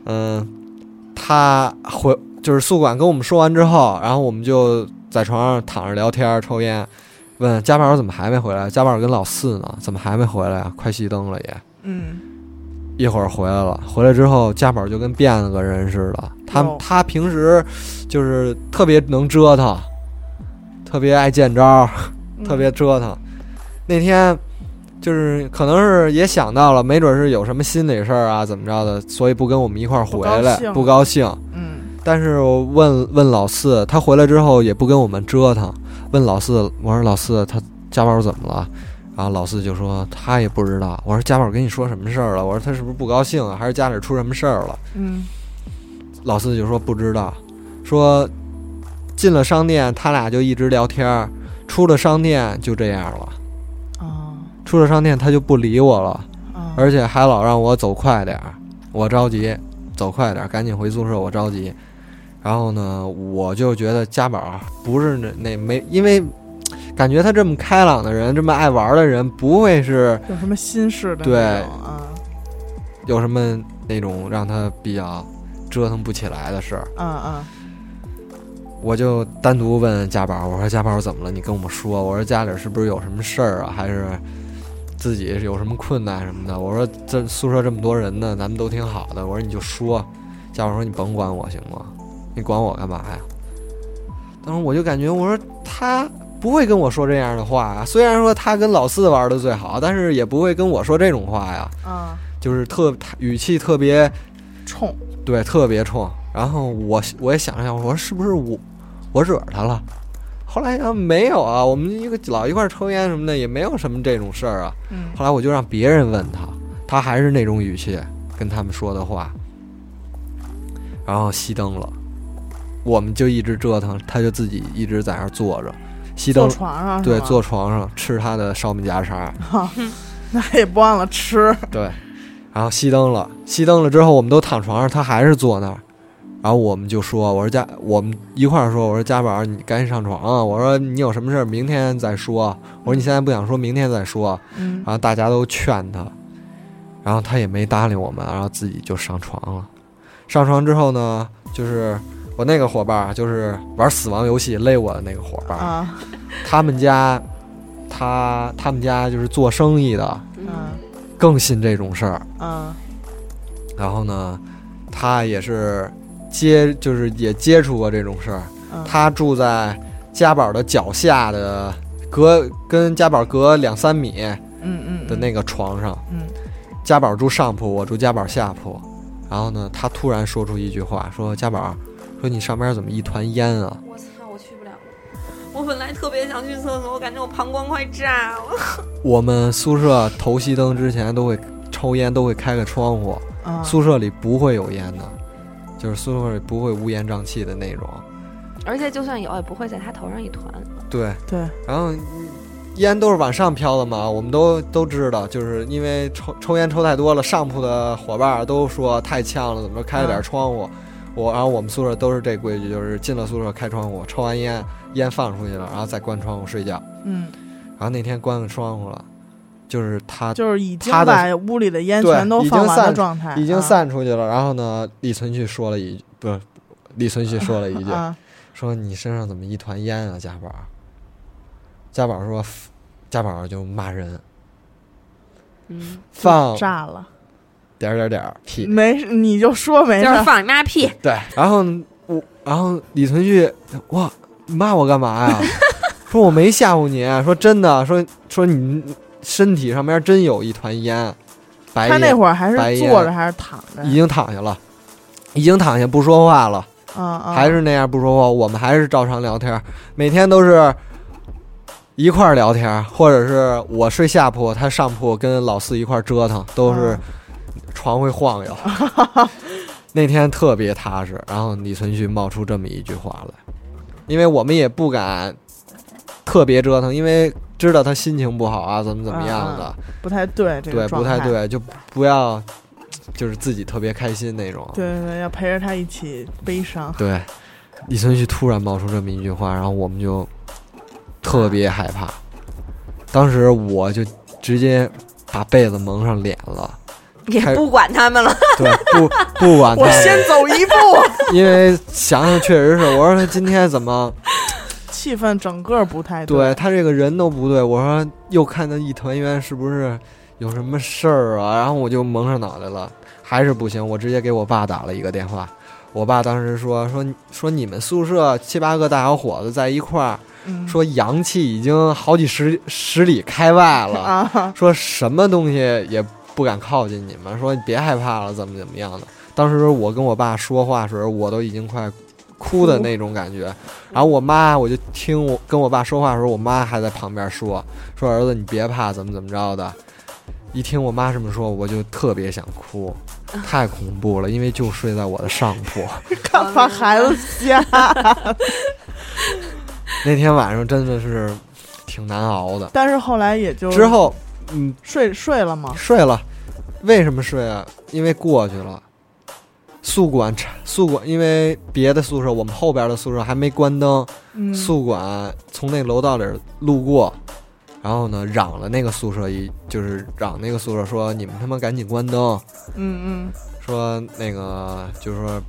嗯，他回就是宿管跟我们说完之后，然后我们就在床上躺着聊天抽烟，问家宝怎么还没回来？家宝跟老四呢？怎么还没回来啊？快熄灯了也，
嗯
一会儿回来了。回来之后，家宝就跟变了个人似的，他
哟
他平时就是特别能折腾，特别爱见招。
嗯，
特别折腾。那天就是可能是也想到了，没准是有什么心里事儿啊，怎么着的，所以不跟我们一块儿回来，
不
不
高
高兴。
嗯，
但是我问问老四，他回来之后也不跟我们折腾。问老四，我说老四，他家宝怎么了？然后老四就说他也不知道。我说家宝跟你说什么事儿了？我说他是不是不高兴啊？还是家里出什么事儿了？
嗯
老四就说不知道。说进了商店，他俩就一直聊天儿；出了商店就这样了。
啊
出了商店，他就不理我了，
啊，
而且还老让我走快点儿，我着急，走快点儿，赶紧回宿舍，我着急。然后呢，我就觉得家宝不是那那没，因为感觉他这么开朗的人，这么爱玩的人，不会是
有什么心事的
对
那种啊
有什么那种让他比较折腾不起来的事儿。
啊啊
我就单独问家宝，我说家宝怎么了？你跟我们说，我说家里是不是有什么事儿啊？还是自己有什么困难什么的？我说这宿舍这么多人呢，咱们都挺好的。我说你就说，家宝说你甭管我行吗？你管我干嘛呀？当时我就感觉，我说他不会跟我说这样的话啊。虽然说他跟老四玩的最好，但是也不会跟我说这种话呀，
啊，
就是特他语气特别
冲
对，特别冲。然后我我也想了想，我说是不是我我惹他了？后来想没有啊，我们一个老一块儿抽烟什么的，也没有什么这种事儿啊。
嗯
后来我就让别人问他，他还是那种语气跟他们说的话。然后熄灯了，我们就一直折腾，他就自己一直在那儿坐着。熄灯
坐，床上是
对，
吗
坐床上吃他的烧饼夹叉。
那 也不忘了吃，
对，然后熄灯了，熄灯了之后，我们都躺床上，他还是坐那儿。然后我们就说：“我说家，我们一块儿说，我说家宝，你赶紧上床啊！我说你有什么事儿，明天再说。我说你现在不想说，明天再说。”
嗯
然后大家都劝他，然后他也没搭理我们，然后自己就上床了。上床之后呢，就是我那个伙伴儿，啊就是玩死亡游戏勒我的那个伙伴儿，
啊
他们家，他他们家就是做生意的，
嗯
更信这种事儿。
嗯
然后呢，他也是接，就是也接触过这种事儿。
嗯，
他住在家宝的脚下的隔跟家宝隔两三米
嗯嗯
的那个床上，
嗯
家宝住上铺，我住家宝下铺。然后呢，他突然说出一句话，说：“家宝，说你上边怎么一团烟啊
我操，我去不了了。我本来特别想去厕所，我感觉我膀胱快炸了。？”
我们宿舍头熄灯之前都会抽烟，都会开个窗户，
啊
宿舍里不会有烟的，就是宿舍里不会乌烟瘴气的那种。
而且就算有，也不会在他头上一团。
对，
对
然后嗯烟都是往上飘的嘛，我们都都知道，就是因为抽抽烟抽太多了，上铺的伙伴儿都说太呛了，怎么着开了点窗户。我然后我们宿舍都是这规矩，就是进了宿舍开窗户，抽完烟烟放出去了，然后再关窗户睡觉。
嗯。
然后那天关了窗户了，就是他
就是已经
他的
把屋里的烟
对
全都
已
放
经
完的
散
状态，
已经
啊
散出去了。然后呢，李存旭说了一句不是，李存旭说了一句，
啊
说你身上怎么一团烟啊，家宝儿？家宝儿说，家宝儿就骂人，
嗯，
放
炸了，
点儿点儿点儿屁，
嗯没事你就说没
哎
就
事
是
儿，
放你妈屁！
对。然后我，然后李存旭，哇，你骂我干嘛呀？ 说我没吓唬你，啊说真的，说说你身体上面真有一团烟，白
他那
烟
会儿还是
白烟
坐着还是躺着
已经躺下了，已经躺下不说话了。
啊啊，
还是那样不说话，我们还是照常聊天儿，每天都是一块儿聊天儿，或者是我睡下铺，他上铺，跟老四一块儿折腾，都是
啊
床会晃 悠。那天特别踏实，然后李存旭冒出这么一句话来，因为我们也不敢特别折腾，因为知道他心情不好啊，怎么怎么样的，
不太对这
对，
个
不
状
太
态，对
对，就不要就是自己特别开心那种。啊
对对，要陪着他一起悲伤，
对，李存旭突然冒出这么一句话，然后我们就特别害怕。当时我就直接把被子蒙上脸了，
也不管他 们了，
对，不不管他
我
了，
先走一步，
因为想想确实是，我说他今天怎么
气氛整个不太
对他这个人都不对，我说又看他一团圆，是不是有什么事儿啊？然后我就蒙上脑袋了，还是不行，我直接给我爸打了一个电话。我爸当时说说说你们宿舍七八个大小伙子在一块儿，
嗯
说阳气已经好几十十里开外 了，
啊，
说什么东西也不敢靠近你们，说你别害怕了，怎么怎么样的。当时我跟我爸说话时，我都已经快哭的那种感觉。然后我妈，我就听我跟我爸说话的时候，我妈还在旁边说说儿子你别怕，怎么怎么着的。一听我妈这么说，我就特别想哭。太恐怖了，因为就睡在我的上铺。
看把孩子吓。
那天晚上真的是挺难熬的。
但是后来也就
之后，嗯，
睡睡了吗？
睡了。为什么睡啊？因为过去了。宿管宿管，因为别的宿舍，我们后边的宿舍还没关灯，
嗯，
宿管从那楼道里路过，然后呢嚷了那个宿舍一，就是嚷那个宿舍说：“你们他妈赶紧关灯，
嗯嗯，
说那个就是说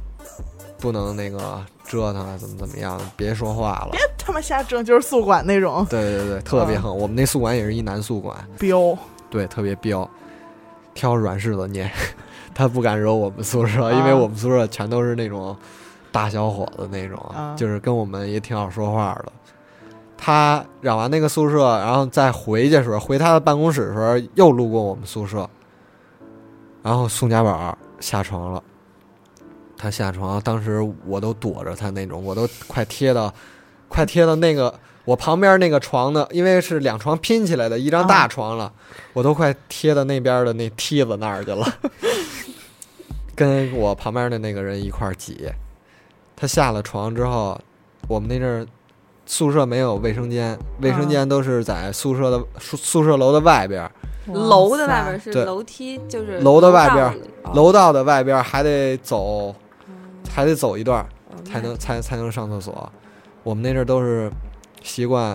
不能那个折腾啊，怎么怎么样，别说话了。
别 啊他妈瞎折腾，就是宿管那种”
对对对，特别狠。我们那宿管也是一男宿管，
彪，
对，特别彪，挑软柿子捏。他不敢惹我们宿舍，因为我们宿舍全都是那种大小伙子那种，
啊
就是跟我们也挺好说话的。他嚷完那个宿舍，然后再回去的时候，回他的办公室的时候，又路过我们宿舍，然后宋家宝下床了。他下床，当时我都躲着他那种，我都快贴到，快贴到那个我旁边那个床的，因为是两床拼起来的一张大床了，我都快贴到那边的那梯子那儿去了。 跟我旁边的那个人一块儿挤。他下了床之后，我们那阵儿宿舍没有卫生间，卫生间都是在宿舍的宿宿舍楼的外边儿，
楼的外边
哇塞
是
嗯对
楼梯，就是
楼的外边
道里哦
楼道的外边儿还得走，还得走一段儿
哦
才
那
能才才能上厕所。我们那阵儿都是习惯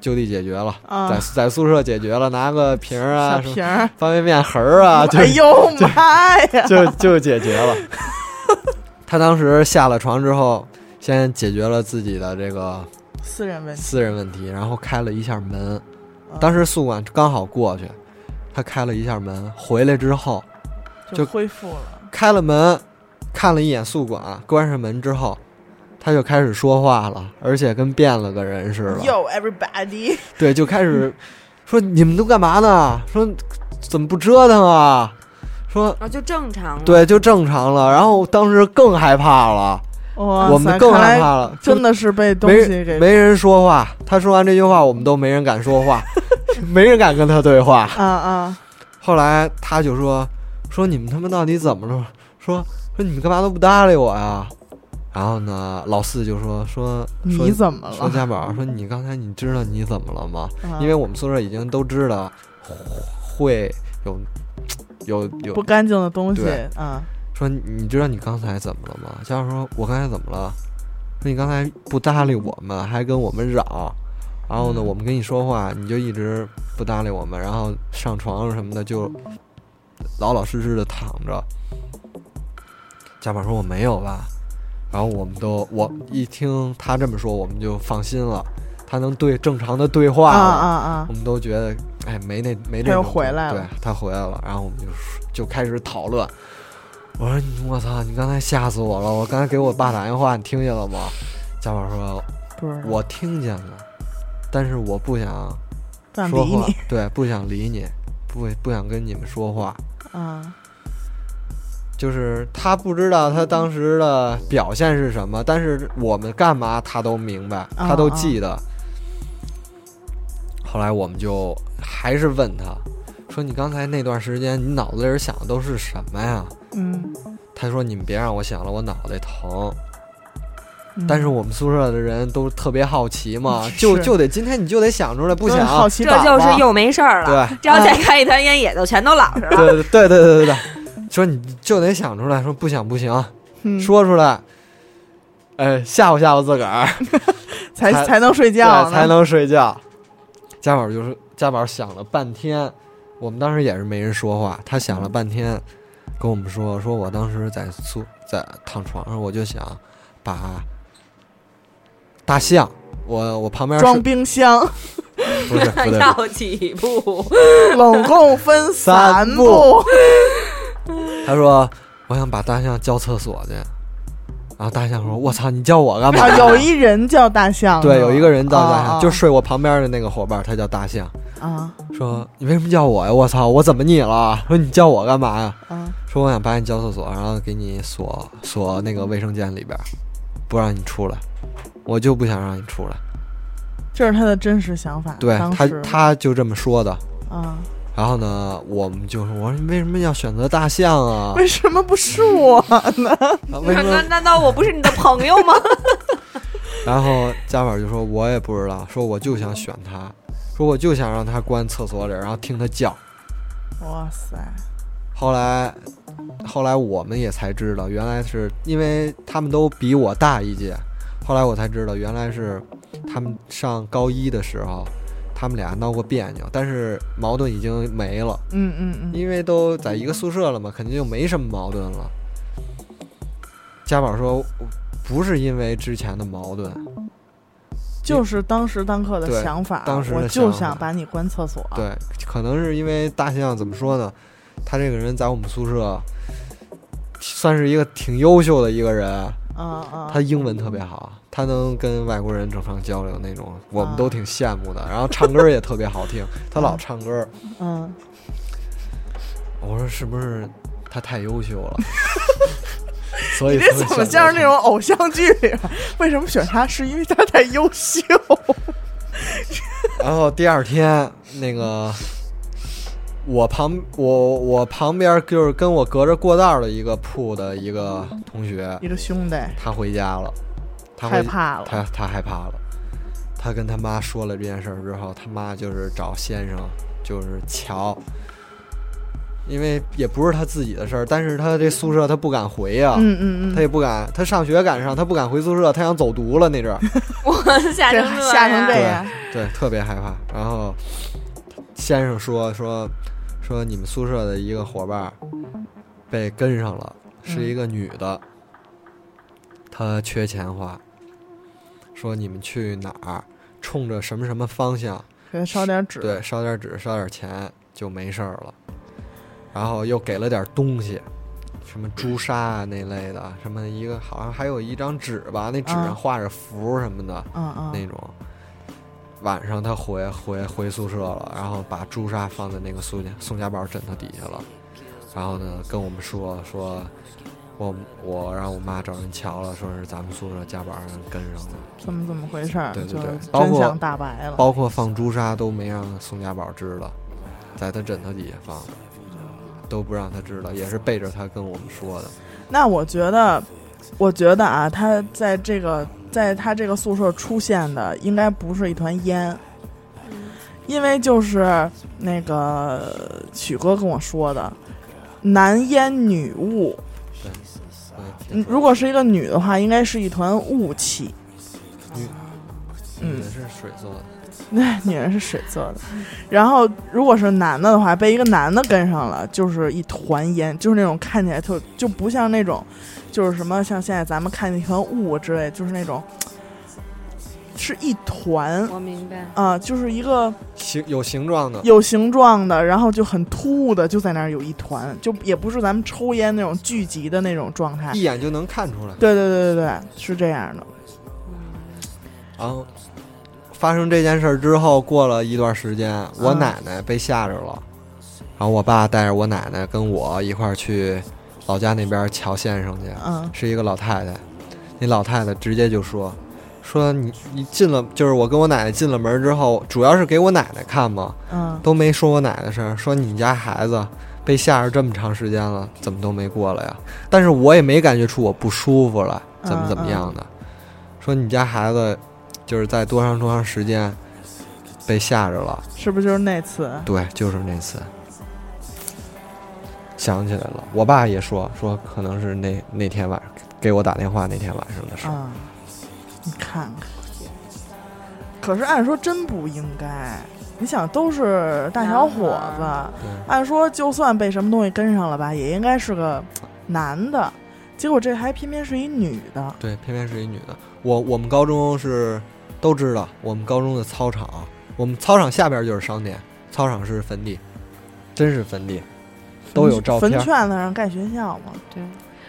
就地解决了，在
啊，
在宿舍解决了，拿个瓶儿
小
啊，什么
瓶儿，
方便面盒儿啊， 就
哎呦哎妈呀！
就就解决了。他当时下了床之后，先解决了自己的这个
私人问题，
私人问题，然后开了一下门。
嗯
当时宿管刚好过去，他开了一下门，回来之后就
呃就恢复了。
开了门，看了一眼宿管，关上门之后，他就开始说话了，而且跟变了个人似的。
Yo everybody，
对，就开始说你们都干嘛呢？说怎么不折腾啊？说
然后哦就正常了。
对，就正常了。然后当时更害怕了。
哇塞
我们更
看
害
来
怕了，
真的是被
就
东
没
西给
人没人说话。他说完这句话，我们都没人敢说 话，没人敢跟他对话。
啊啊！
后来他就说：“说你们他妈到底怎么了？说说你们干嘛都不搭理我呀？”然后呢，老四就说：“说说
你怎么
说
了？
家宝，说你刚才你知道你怎么了吗？
啊
因为我们宿舍已经都知道会有有有
不干净的东西
对
啊，
说你你知道你刚才怎么了吗？佳儿说，我刚才怎么了？说你刚才不搭理我们，还跟我们嚷，然后
嗯
呢，我们跟你说话，你就一直不搭理我们，然后上床什么的就老老实实的躺着。家宝说我没有吧，然后我们都我一听他这么说，我们就放心了，他能对正常的对话
啊
了
啊啊
我！们都觉得，哎，没那没这
他又
种
回来了
对他回来了，然后我们就就开始讨论。我说你我操，你刚才吓死我了！我刚才给我爸打电话，你听见了吗？家宝说，
不是，
我听见了，但是我不想
不想
说
理
话
你，
对，不想理你，不不想跟你们说话。
啊
就是他不知道他当时的表现是什么，但是我们干嘛他都明白，
哦
他都记得。后来我们就还是问他，说你刚才那段时间你脑子里想的都是什么呀？
嗯。
他说你们别让我想了，我脑袋疼。
嗯
但是我们宿舍的人都特别好奇嘛，
是
就就得今天你就得想出啊来，不
都是好
想
奇
这
宝宝
就是又没事儿了。
对。
只要再开一团烟，也就全都老实了。
对对对对对对对，说你就得想出来，说不想不行，
嗯
说出来，呃，吓唬吓唬自个儿，
才
才
才能睡觉
对，
呢，
才能睡觉。家宝就是家宝想了半天，我们当时也是没人说话，他想了半天，跟我们说，说我当时在宿在躺床上，我就想把大象，我我旁边是
装冰箱，
不 是不 对，
要几步？
拢共分
三
步。
他说我想把大象叫厕所去，然后大象说，我操，你叫我干嘛
啊，？有一人叫大象， 哦
对，有一个人叫大象，就是睡我旁边的那个伙伴，他叫大象，
啊
说你为什么叫我呀？我操，我怎么你了？说你叫我干嘛呀？
啊，
说我想把你叫厕所，然后给你锁锁那个卫生间里边，不让你出来，我就不想让你出来。
这是他的真实想法。
对
当
他
时，
他就这么说的。
啊，
然后呢，我们就说，我说你为什么要选择大象啊？
为什么不是 我呢？
啊为什
难
么？
难道我不是你的朋友 吗？
然后家宝就说，我也不知道，说我就想选它，说我就想让它关厕所里，然后听它叫。
哇塞，
后来，后来我们也才知道，原来是因为他们都比我大一届，后来我才知道，原来是他们上高一的时候，他们俩闹过别扭，但是矛盾已经没了，
嗯嗯嗯，
因为都在一个宿舍了嘛，肯定就没什么矛盾了。家宝说，不是因为之前的矛盾，
就是当时当刻的
对
想法，
当时的
我就
想
想
法
把你关厕所。，
对，可能是因为大象怎么说呢，他这个人在我们宿舍算是一个挺优秀的一个人。
嗯嗯，
他英文特别好，他能跟外国人正常交流那种，我
啊
们都挺羡慕的。然后唱歌也特别好 听，他老唱歌。
嗯，
我说是不是他太优秀 了？所以
你
才
这
会
怎么
选择
像是那
他
种偶像剧里边？ 为什么选他？是因为他太优 秀。
然后第二天，那个我旁我我旁边就是跟我隔着过道的一个铺的一个同学，
一个兄弟
他回家了，他
害
回
怕了，
他他害怕了，他跟他妈说了这件事儿之后，他妈就是找先生，就是瞧，因为也不是他自己的事儿，但是他这宿舍他不敢回呀、
嗯嗯嗯，
他也不敢，他上学赶上，他不敢回宿舍，他想走读了那阵儿，
我吓
这
成这
吓成这
样，
样，
对，特别害怕。然后先生说说说你们宿舍的一个伙伴儿被跟上了，是一个女的，她缺钱花，说你们去哪儿，冲着什么什么方向，
给他烧点纸。
对，烧点纸，烧点钱就没事儿了。然后又给了点东西，什么朱砂啊那类的，什么一个好像还有一张纸吧，那纸
啊
上画着符什么的。
嗯嗯
那种。晚上他回回回宿舍了，然后把朱砂放在那个宋家宋家宝枕头底下了，然后呢跟我们说说，我我让我妈找人瞧了，说是咱们宿舍家宝让人跟上了，
怎么怎么回事儿？
对对
就
对包
真
括
相大白了。
包括放朱砂都没让宋家宝知道，在他枕头底下放的，都不让他知道，也是背着他跟我们说的。
那我觉得，我觉得啊，他在这个在他这个宿舍出现的，应该不是一团烟，因为就是那个许哥跟我说的，男烟女雾。
对
嗯，如果是一个女的话，应该是一团雾气。嗯
也是水做的，
哎，女人是水做的。然后如果是男的的话，被一个男的跟上了，就是一团烟，就是那种看起来特就不像那种，就是什么像现在咱们看那团雾之类，就是那种是一团
我明白。
啊、就是一个
形有形状的，
有形状的，然后就很突兀的就在那儿有一团，就也不是咱们抽烟那种聚集的那种状态。
一眼就能看出来。
对对对对对，是这样的。
然后发生这件事儿之后，过了一段时间，我
嗯
奶奶被吓着了，然后我爸带着我奶奶跟我一块儿去老家那边瞧先生去，
嗯
是一个老太太。那老太太直接就说：“说你你进了，就是我跟我奶奶进了门之后，主要是给我奶奶看嘛，
嗯
都没说我奶奶事儿，说你家孩子被吓着这么长时间了，怎么都没过来呀？但是我也没感觉出我不舒服来，怎么怎么样的。说你家孩子就是在多长多长时间被吓着了，
是不是就是那次？
对，就是那次。想起来了，我爸也说说可能是那那天晚上给我打电话那天晚上的事儿。
啊，你看看。可是按说真不应该，你想都是大小伙子，
对
按说就算被什么东西跟上了吧，也应该是个男的，结果这还偏偏是一女的。
对，偏偏是一女的。我我们高中是都知道，我们高中的操场，我们操场下边就是商店，操场是坟地，真是坟地，都有照
坟
片
圈。子上盖学校嘛，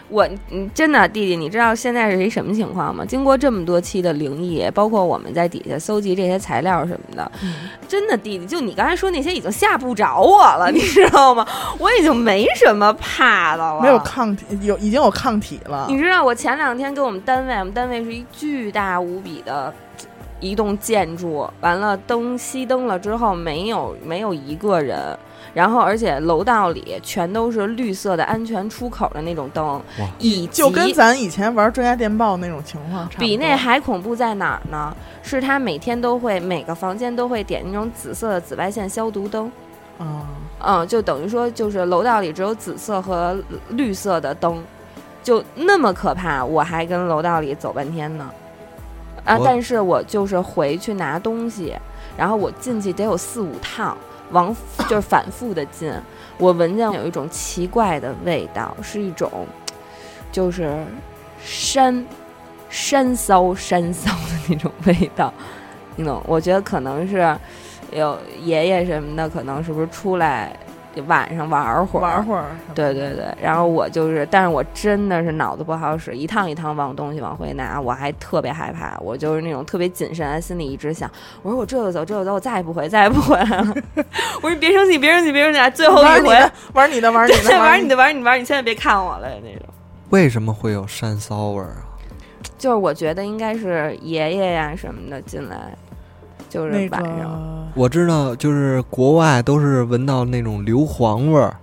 我你真的弟弟，你知道现在是一什么情况吗？经过这么多期的灵异，包括我们在底下搜集这些材料什么的，
嗯
真的弟弟，就你刚才说那些已经吓不着我了，你知道吗？我已经没什么怕的了，
没有抗体，有已经有抗体了
你。知道我前两天给我们单位，我们单位是一巨大无比的一栋建筑，完了灯熄灯了之后，没有没有一个人，然后而且楼道里全都是绿色的安全出口的那种灯
哇，
以及
就跟咱以前玩专家电报那种情况差不多。
比那还恐怖在哪儿呢？是他每天都会每个房间都会点那种紫色的紫外线消毒灯，
啊，
嗯，就等于说就是楼道里只有紫色和绿色的灯，就那么可怕，我还跟楼道里走半天呢。啊
我，
但是我就是回去拿东西，然后我进去得有四五趟，往就是反复的进，我闻见有一种奇怪的味道，是一种就是山山骚山骚的那种味道，你懂？我觉得可能是有爷爷什么的，可能是不是出来晚上玩会儿
玩会儿。
对对对，然后我就是，但是我真的是脑子不好使，一趟一趟往东西往回拿，我还特别害怕，我就是那种特别谨慎，心里一直想，我说我这就走，这就走，我再也不回，再也不回来了。 我说你别生气，别生气，别生气，最后
玩
一
你
回，
的，玩你的，玩你的，
对，玩
你
你的，玩你的，玩你，千万别看我了那种。
为什么会有山骚味儿啊？
就是我觉得应该是爷爷呀、什么的进来，就
那
是
个啊
晚上。
我知道，就是国外都是闻到那种硫磺味儿，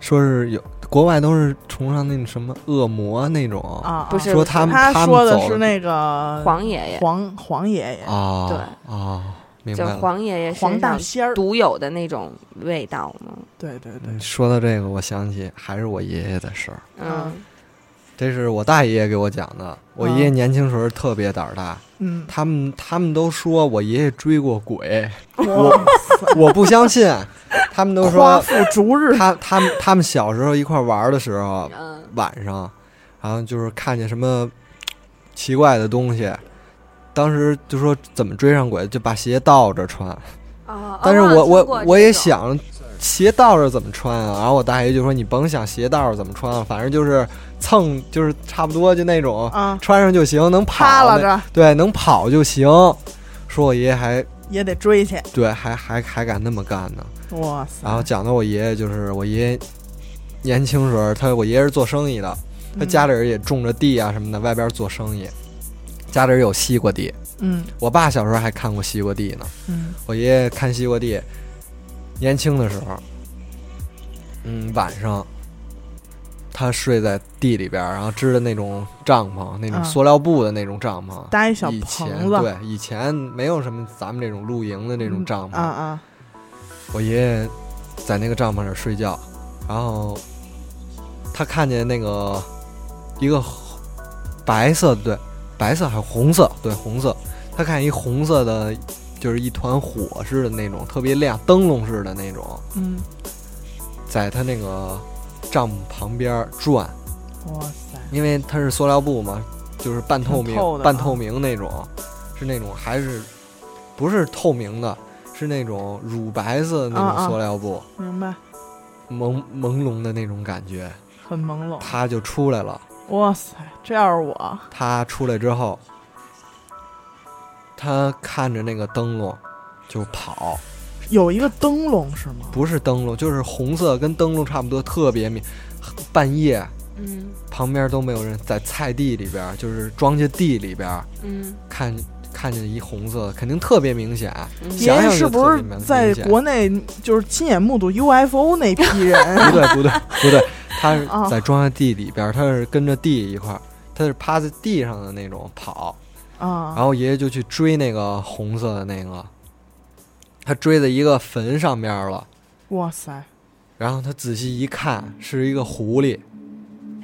说是有国外都是崇尚那种什么恶魔那种，
啊，
不是
说他们
他说
们
的
走
是那个
黄爷爷，
黄黄爷爷，
啊
对
啊，明
就
白
是
了。
黄爷爷身
黄大
上
仙儿，
独有的那种味道嘛。
对对对
嗯，说到这个，我想起还是我爷爷的事儿，
嗯，
这是我大爷爷给我讲的。我爷爷
嗯
年轻时候特别胆儿大，
嗯，
他们他们都说我爷爷追过 鬼，
嗯我
我不相信，他们都
夸
说
父逐日，
他他们他们小时候一块儿玩的时候，
嗯，
晚上，然后就是看见什么奇怪的东西，当时就说怎么追上鬼，就把鞋倒着穿。
哦
但是我
听过
我
这
我也
种
想鞋倒着怎么穿啊，然后我大爷就说你甭想鞋倒着怎么穿了，反正就是蹭，就是差不多就那种
啊，
穿上就行，能跑
趴拉
那
着
对，能跑就行。说我爷爷还
也得追去，
对还还还敢那么干呢。
哇塞！
然后讲到我爷爷，就是我爷爷年轻时候，他我爷爷是做生意的，
嗯
他家里人也种着地啊什么的，外边做生意，家里人有西瓜地，
嗯
我爸小时候还看过西瓜地呢。
嗯
我爷爷看西瓜地，年轻的时候，嗯，晚上他睡在地里边儿，然后支的那种帐篷，那种
嗯
塑料布的那种帐篷。
搭一小
以前
棚子，
对以前没有什么咱们这种露营的那种帐篷，
啊啊，
我爷爷在那个帐篷上睡觉，然后他看见那个一个白色对白色还是红色对红色，他看见一红色的，就是一团火似的那种，特别亮，灯笼似的那种，
嗯，
在他那个帐篷旁边转，
哇塞，
因为它是塑料布嘛，就是半透明
很透的啊
半透明那种，是那种还是不是透明的，是那种乳白色的那
啊
种
啊
塑料布。
明白，
朦朦胧的那种感觉，
很朦胧，
他就出来了。
哇塞，这要是我，
他出来之后，他看着那个灯笼就跑，
有一个灯笼是吗？
不是灯笼，就是红色，跟灯笼差不多，特别明。半夜
嗯
旁边都没有人，在菜地里边，就是庄稼地里边，
嗯
看看见一红色，肯定特别明显。
嗯
爷
想
爷
想就是
不是
特别明
在
显
国内就是亲眼目睹 UFO 那批 人？
不对不对 不对，他是
哦
在庄稼地里边，他是跟着地一块儿，他是趴在地上的那种跑。然
啊
后爷爷就去追那个红色的那个，他追在一个坟上面了。
哇塞，
然后他仔细一看，是一个狐狸。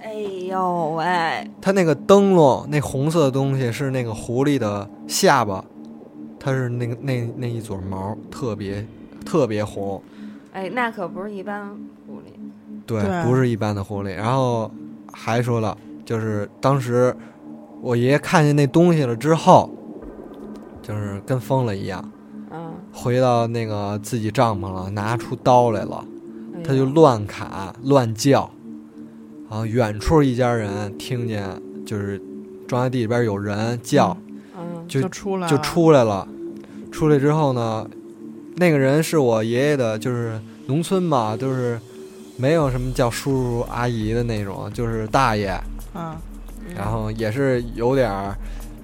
哎呦喂，哎
他那个灯笼，那红色的东西是那个狐狸的下巴，它是那个那那一撮毛，特别特别红，
哎，那可不是一般狐狸。
对，
对
不是一般的狐狸。然后还说了，就是当时我爷爷看见那东西了之后，就是跟疯了一样，
嗯，
回到那个自己帐篷了，拿出刀来了，
哎呦
他就乱砍乱叫，然后远处一家人听见就是庄稼地里边有人叫，
嗯
就
出来
就
了
出来了。出来之后呢，那个人是我爷爷的，就是农村嘛，就是没有什么叫叔叔阿姨的那种，就是大爷，
啊，
嗯
然后也是有点儿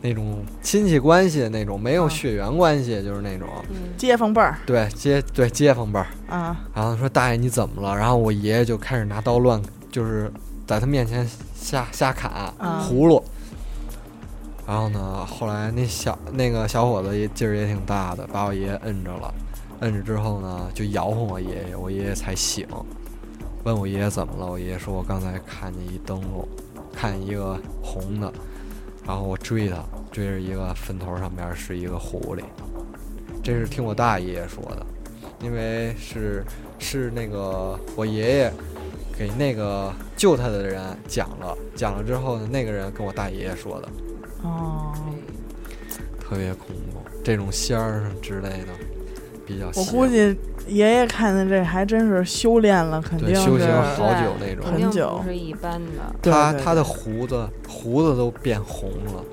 那种亲戚关系那种，没有血缘关系，就是那种
嗯
街坊辈儿
对街对街坊辈儿。
啊，
然后说大爷你怎么了？然后我爷爷就开始拿刀乱，就是在他面前瞎瞎砍
啊
葫芦。然后呢，后来那小那个小伙子也劲儿也挺大的，把我爷爷摁着了。摁着之后呢，就摇晃我爷爷，我爷爷才醒，问我爷爷怎么了。我爷爷说我刚才看见一灯笼，看一个红的，然后我追他，追着一个坟头上面是一个狐狸。这是听我大爷爷说的，因为是是那个我爷爷给那个救他的人讲了，讲了之后呢，那个人跟我大爷爷说的，
哦，
特别恐怖。这种仙儿之类的比较
我
邪，
估计爷爷看见这还真是修炼了，肯定
对
是
修行了好久那种
很。
肯定
久
不是一般的。
对
他
对对
他的胡子胡子都变红了，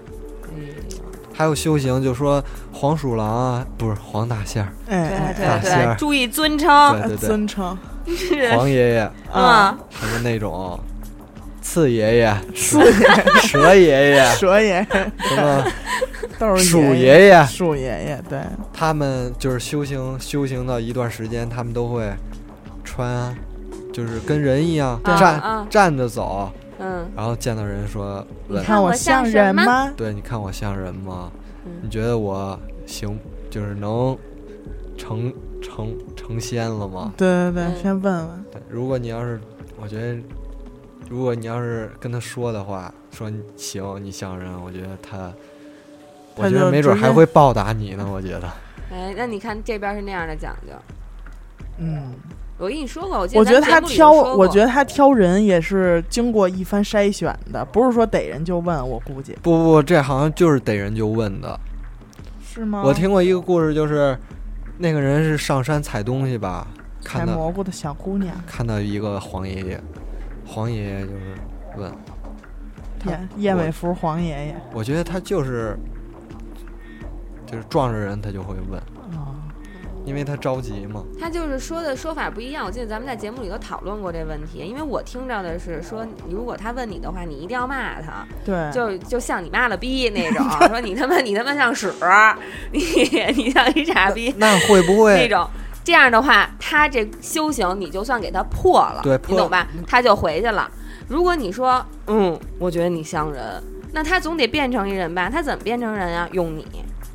哎呦
还有修行就说黄鼠狼啊，不是黄大 仙儿，
哎
对
哎
大
对
仙儿
对，注意尊称
对
哎
对对
尊称
黄爷爷
啊，
啊！
什么那种， 刺爷爷、
树爷、
蛇爷爷
蛇 爷、
什么。
豆
鼠
爷
爷爷
鼠爷爷，对，
他们就是修行修行到一段时间，他们都会穿，就是跟人一样
啊
站、
啊
站着走，
嗯，
然后见到人说问
你，
看
看
我
我
像
像
人
人吗
吗？
对，你看我像人吗？
嗯
你觉得我行，就是能成成成仙了吗？
对对对，
嗯
先问问，
对，如果你要是，我觉得，如果你要是跟他说的话，说你行，你像人，我觉得他。我
他
觉
就
得没准
直
还
接
会报答你呢，我觉得。
哎，那你看这边是那样的讲究。
嗯，
我跟你说过，我记
我觉得
咱节
他
目里
挑，
就说过
我觉得他挑人也是经过一番筛选的，不是说逮人就问，我估计
不不，不这好像就是逮人就问的，
是吗？
我听过一个故事，就是那个人是上山采东西吧，
采
看到
蘑菇的小姑娘，
看到一个黄爷爷，黄爷爷就是问，他
燕燕
我
尾服黄爷爷，
我觉得他就是就是撞着人他就会问，
哦，
因为他着急嘛。
他就是说的说法不一样。我记得咱们在节目里头讨论过这问题，因为我听着的是说，如果他问你的话，你一定要骂他，
对，
就就像你妈了逼 那种，说你他妈你他妈像屎，你 你像一傻 逼
那会不
哎那
会
种。这样的话，他这修行你就算给他破了，
对破
你懂吧？他就回去了。如果你说，嗯，我觉得你像人，那他总得变成一人吧？他怎么变成人啊？用你，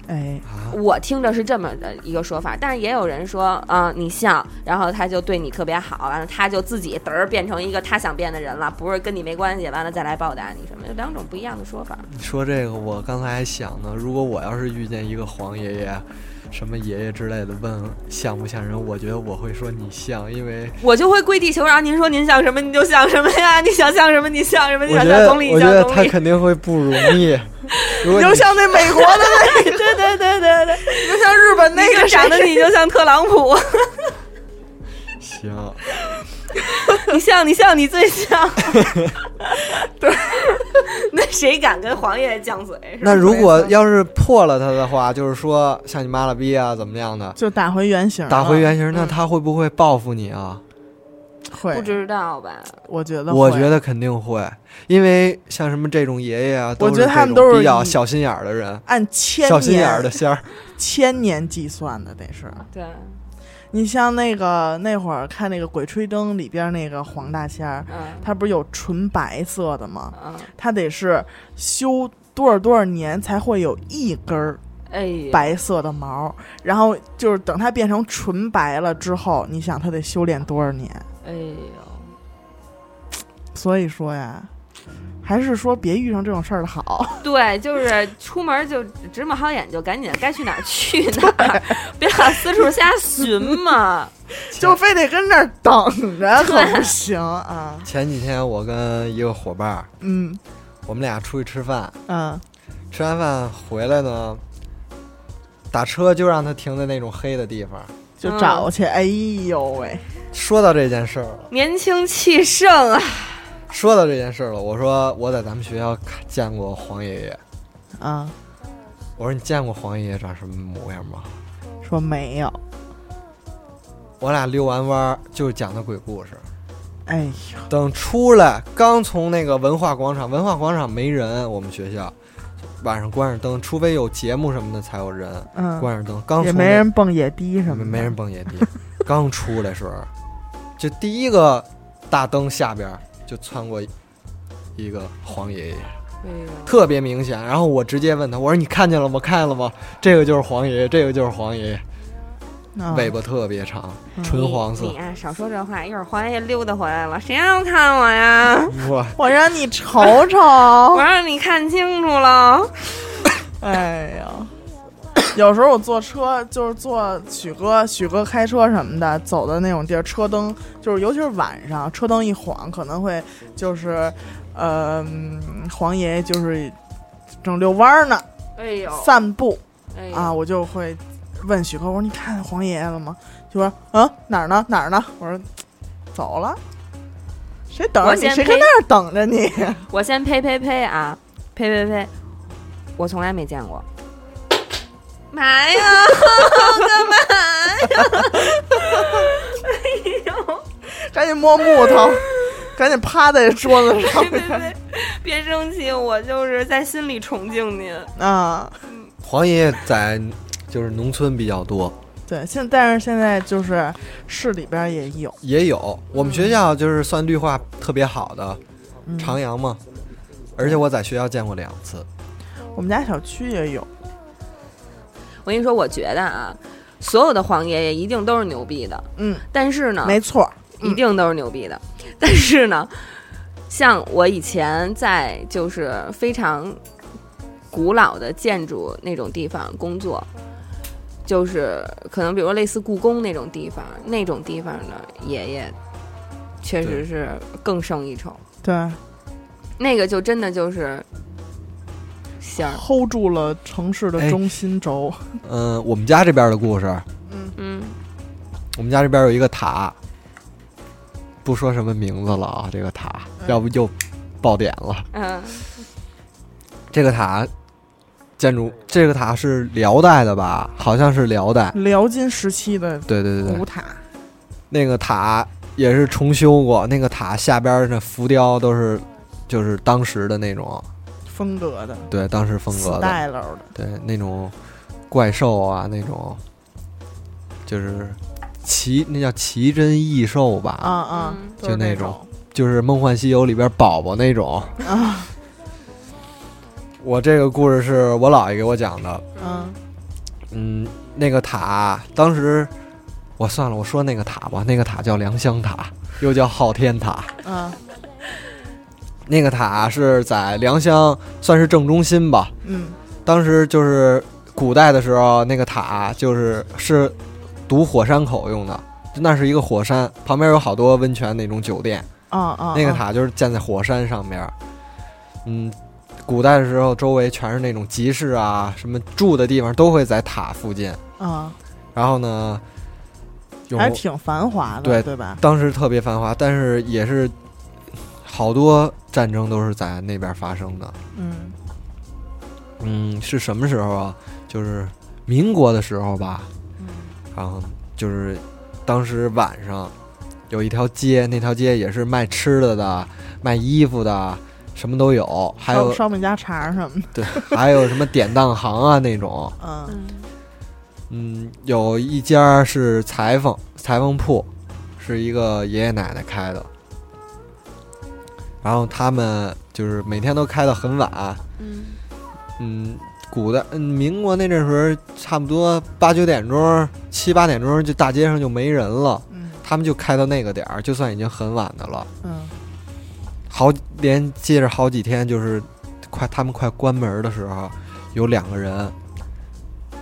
哎，
啊？
我听着是这么的一个说法，但是也有人说，啊、你像，然后他就对你特别好，完了他就自己嘚儿变成一个他想变的人了，不是跟你没关系，完了再来报答你什么，就两种不一样的说法。
你说这个，我刚才还想呢，如果我要是遇见一个黄爷爷。什么爷爷之类的问像不像人？我觉得我会说你像，因为
我就会跪地求饶，您说您像什么，你就像什么呀？你想像什么，你像什么？你
我
想
觉
像
得
总理，
我
你
觉
像
得
总
他
理。
肯定会不容易。如果
你
你
就像那美国的那，对对对对对，你就像日本那
那
个
个长得你就像特朗普，
行，
你像你像你最像。对，那谁敢跟黄爷爷犟嘴？是吧
那如果要是破了他的话，就是说像你妈了逼啊，怎么样的，
就打回原形了，
打回原形，
嗯
那他会不会报复你啊？
会
不，知道吧？
我觉得会，
我觉得肯定会，因为像什么这种爷爷啊，
我觉得
这种
他们都是
比较
以
小心眼儿的人，
按千
小心眼儿
年
的仙儿。
千年计算的得是。
对，
你像那个那会儿看那个《鬼吹灯》里边那个黄大仙儿，
嗯
他不是有纯白色的吗？
嗯，
他得是修多少多少年才会有一根儿
哎呀，
白色的毛，然后就是等它变成纯白了之后，你想他得修炼多少年？
哎呦，
所以说呀，还是说别遇上这种事儿的好。
对，就是出门就直目好眼，就赶紧该去哪儿去哪儿，别老四处瞎寻嘛。
就非得跟那儿等着，可不行啊！
前几天我跟一个伙伴儿，
嗯
我们俩出去吃饭，
嗯
吃完饭回来呢，打车就让他停在那种黑的地方。
就找去。哎呦喂，
说到这件事儿了，
年轻气盛啊，
说到这件事儿了，我说我在咱们学校看见过黄爷爷，
啊，
我说你见过黄爷爷长什么模样吗？
说没有，
我俩遛完弯儿就是讲的鬼故事。
哎呦，
等出来，刚从那个文化广场，文化广场没人，我们学校晚上关上灯，除非有节目什么的才有人
嗯，
关上灯。刚
也
出
没
那
人蹦野迪什么
没
的，
没人蹦野迪，刚出来时候，就第一个大灯下边儿就窜过一个黄爷爷，
哎
特别明显。然后我直接问他，我说你看见了吗？看见了吗？这个就是黄爷爷，这个就是黄爷爷，
啊
尾巴特别长，
嗯
纯黄色
你。啊，少说这话，一会儿黄爷爷溜达回来了，谁让看我呀？
哇，
我让你瞅
我
瞅，
让你看清楚了。
哎呀。有时候我坐车，就是坐许哥，许哥开车什么的，走的那种地儿，车灯就是，尤其是晚上，车灯一晃，可能会就是，呃，嗯黄爷爷就是正遛弯儿呢，
哎呦，
散步，
哎
啊，
呦，
我就会问许哥，我说你看见黄爷爷了吗？许哥，嗯，哪儿呢？哪儿呢？我说走了。谁等着
我
你？
先
谁跟
呸
那儿等着你？
我先呸呸呸啊，呸呸呸，我从来没见过。嘛呀？干嘛呀？哎呦！
赶紧摸木头， 赶紧趴在桌子上
呸呸呸！别生气，我就是在心里崇敬您。
啊！
黄爷爷在就是农村比较多，
对，现但是现在就是市里边也有，
也有。我们学校就是算绿化特别好的
嗯
长阳嘛，而且我在学校见过两次。
我们家小区也有。
我跟你说，我觉得啊，所有的黄爷爷一定都是牛逼的，
嗯，
但是呢，
没错儿，嗯
一定都是牛逼的，但是呢，像我以前在就是非常古老的建筑那种地方工作。就是可能，比如类似故宫那种地方，那种地方的爷爷，确实
对
是更胜一筹。
对
那个就真的就是仙儿，
，hold 住了城市的
哎
中心轴。
嗯，我们家这边的故事，
嗯，
嗯，
我们家这边有一个塔，不说什么名字了啊，这个塔，
嗯
要不就爆点了。
嗯，
这个塔建筑，这个塔是辽代的吧？好像是辽代。
辽金时期的
对对对
古
对，
塔，
那个塔也是重修过，那个塔下边儿那浮雕都是就是当时的那种，
风格的，
对，当时风
死
格的，
带楼的。
对那种怪兽啊，那种就是奇那叫奇珍异兽吧，
啊啊
嗯，
都是
就那
那
种就是《梦幻西游》里边宝宝那种。
啊，
我这个故事是我姥爷给我讲的。
嗯
嗯，那个塔，当时我算了，我说那个塔吧，那个塔叫良乡塔，又叫昊天塔。
嗯
那个塔是在良乡，算是正中心吧。
嗯
当时就是古代的时候，那个塔就是是堵火山口用的，那是一个火山，旁边有好多温泉那种酒店。
啊啊，
那个
啊
塔就是建在火山上面儿。嗯，古代的时候，周围全是那种集市啊，什么住的地方都会在塔附近。
啊，
然后呢，有
还挺繁华的，对
对
吧？
当时特别繁华，但是也是好多战争都是在那边发生的。
嗯
嗯，是什么时候啊？就是民国的时候吧。
嗯
然后就是当时晚上有一条街，那条街也是卖吃的的、卖衣服的，什么都有，还有
烧烧饼夹肠什么的，
对，还有什么典当行啊那种，
嗯
嗯，有一家是裁缝裁缝铺，是一个爷爷奶奶开的，然后他们就是每天都开到很晚，
嗯
嗯，古代嗯民国那阵时候差不多八九点钟、七八点钟就大街上就没人了，
嗯
他们就开到那个点儿，就算已经很晚的了，
嗯
好连接着好几天，就是快他们快关门的时候，有两个人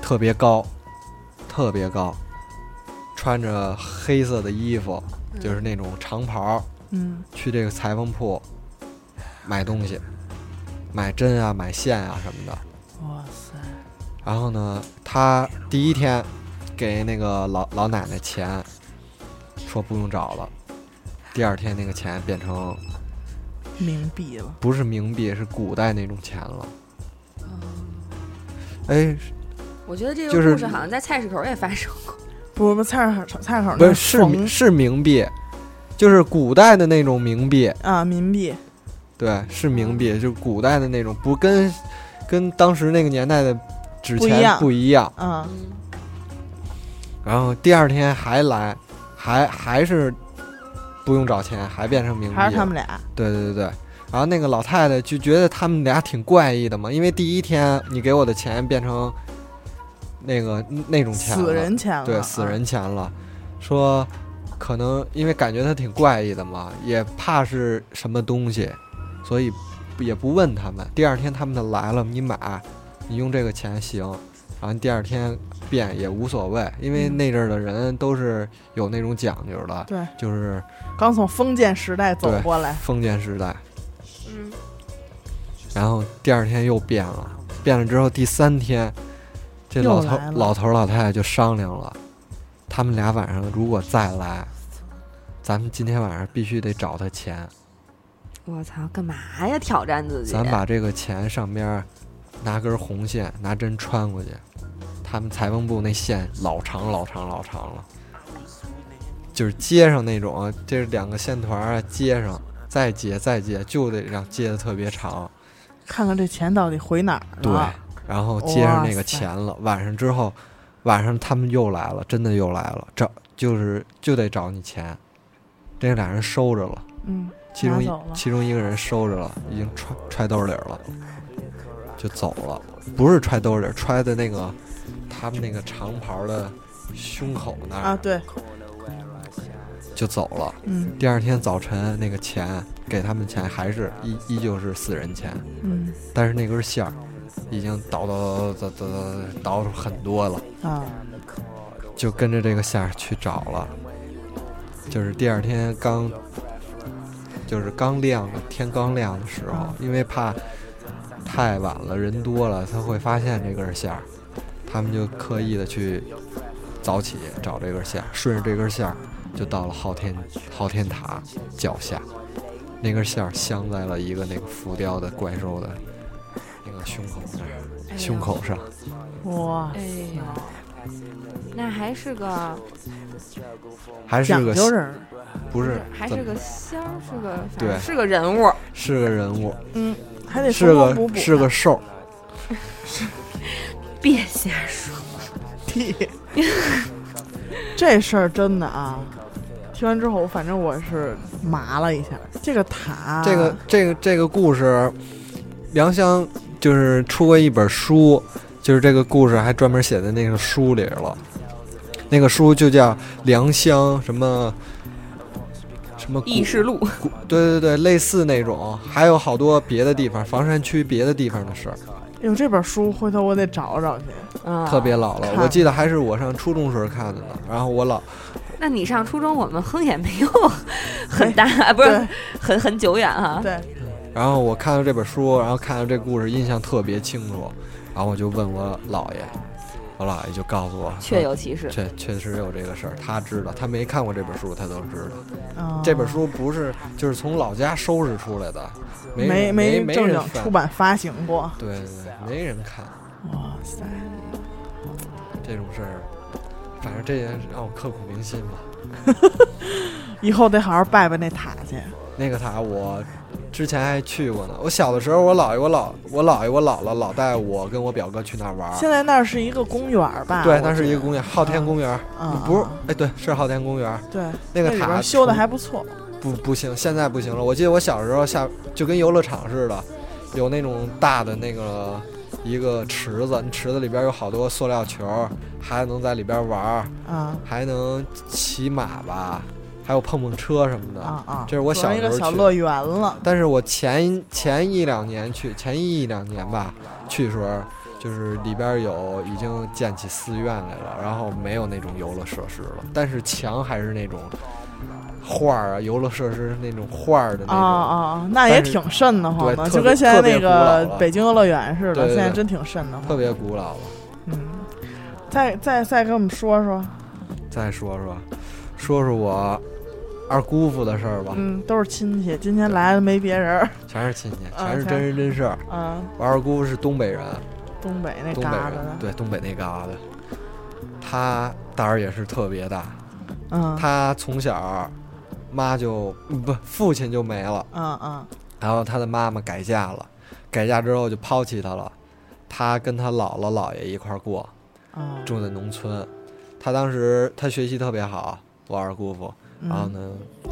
特别高，特别高，穿着黑色的衣服，就是那种长袍，
嗯
去这个裁缝铺买东西，买针啊、买线啊什么的。
嗯，哇塞，
然后呢，他第一天给那个老老奶奶钱，说不用找了。第二天那个钱变成
冥币了，
不是冥币，是古代那种钱了。哎，
嗯我觉得这个
就是
故事好像在菜市口也发生过。
不是不是菜市口菜市口
不
那
是是冥
缝
是冥币，就是古代的那种冥币，
啊，冥币
对，是冥币，就是古代的那种，不跟跟当时那个年代的纸
不一
钱
样
不一样。
嗯，
然后第二天还来，还还是不用找钱，还变成冥币
还是他
了。
们俩，
对对对对。然后那个老太太就觉得他们俩挺怪异的嘛，因为第一天你给我的钱变成那个那种钱了，
死人钱了，
对死
嗯
人钱了，说可能因为感觉他挺怪异的嘛，也怕是什么东西，所以也不问他们。第二天他们的来了，你买，你用这个钱行，然后第二天变也无所谓，因为
嗯
那阵儿的人都是有那种讲究的，
对，
就是
啊刚从封建时代走
对
过来，
封建时代。
嗯，
然后第二天又变了，变了之后第三天，这
又
老头
来了
老头儿老太太就商量了，他们俩晚上如果再来，咱们今天晚上必须得找他钱，
我操，干嘛呀？挑战自己？
咱把这个钱上边儿拿根红线拿针穿过去，他们财政部那线老长老长老长了，就是接上那种，这是两个线团儿啊接上，再接再接，就得让接的特别长。
看看这钱到底回哪儿
对
了。，
然后接上那
哇
个
塞
钱了。晚上之后，晚上他们又来了，真的又来了，找就是就得找你钱。这俩人收着了，
嗯，
其中
拿
一
走了
其中一个人收着了，已经揣揣兜里儿了，就走了。不是揣兜里儿，揣的那个他们那个长袍的胸口那儿、
啊，对，
就走了。
嗯
第二天早晨，那个钱给他们钱还是依依旧是死人钱，
嗯
但是那根线儿已经倒倒倒倒倒倒出很多了。
啊，
就跟着这个线儿去找了，就是第二天刚，就是刚亮的天刚亮的时候，因为怕太晚了人多了，他会发现这根线儿，他们就刻意的去早起找这根线儿，顺着这根线儿就到了昊天昊天塔脚下，那根线儿镶在了一个那个浮雕的怪兽的那个胸口那儿，胸口上。
哇，
哎呦，那还是个，
还是
讲
个
究人儿，
不是，
还
怎
是
么
个仙儿，是个，反
对
正是个人物。
是个人物，
嗯，还得
是
缝缝补
个
补，
是个兽，
别瞎说，
地。 这事儿真的啊，听完之后，反正我是麻了一下。这个塔，
这个这个这个故事，梁湘就是出过一本书，就是这个故事还专门写在那个书里了。那个书就叫《梁湘》什么什么古
议事录。
古，对对对，类似那种，还有好多别的地方，房山区别的地方的事儿，
有这本书，回头我得找找去。
啊，
特别。老了。
看
我记得还是我上初中时候看的呢。然后我老
那你上初中，我们哼也没有 很大，啊不是
对
很很久远啊
啊
哈。
对，
然后我看到这本书，然后看到这故事，印象特别清楚。然后我就问我姥爷，我姥爷就告诉我，
确有其事，
确确实有这个事儿，他知道，他没看过这本书，他都知道。
啊
这本书不是就是从老家收拾出来的，
没
没没
正
人
经
翻
出，版发行过。
对对对，没人看
哇塞，
这种事儿。反正这也让我刻骨铭心吧。
以后得好好拜拜那塔去。
那个塔我之前还去过呢。我小的时候，我姥爷、我姥、我姥爷、我姥姥老带我跟我表哥去那儿玩儿。
现在那儿是一个公园儿吧？
对，
啊我
那是一
觉
个
得
公园，昊天公园儿。
啊，
不是，哎，对，是昊天公园儿
对，
那个
里边
塔
修的
出
还不错。
不不行，现在不行了。我记得我小时候下就跟游乐场似的，有那种大的那个一个池子，池子里边有好多塑料球，还能在里边玩儿，
啊
还能骑马吧，还有碰碰车什么的。
啊啊！
这是我
组成
小
一个
时
小
候去的。
乐园了。
但是我前前一两年去，前一两年吧去的时候，就是里边有已经建起寺院来了，然后没有那种游乐设施了，但是墙还是那种画儿啊，游乐设施那种画儿的那
啊
种。
啊啊！那也
但是
挺瘆得慌
对
的，
特
就
别
跟现在
特别
那
古老
个
了
北京游乐园似
对
的，
对
现在
对
真挺瘆得
特
慌。
别古老了。
嗯，再再再跟我们说说，
再说说，说说我二姑父的事儿吧，
嗯，都是亲戚，今天来的没别人 儿。
全是亲戚，
啊
全是真
全
人真事儿。
嗯，
我二姑父是东北人，
东北那
东北
旮旯
人，
的，
对，东北那旮旯的，他胆儿也是特别大。
嗯，
他从小妈就嗯不父亲就没了，
嗯嗯
然后他的妈妈改嫁了，改嫁之后就抛弃他了，他跟他姥姥姥爷一块儿过，
啊，
住在农村。他当时他学习特别好，我二姑父，
嗯
然后呢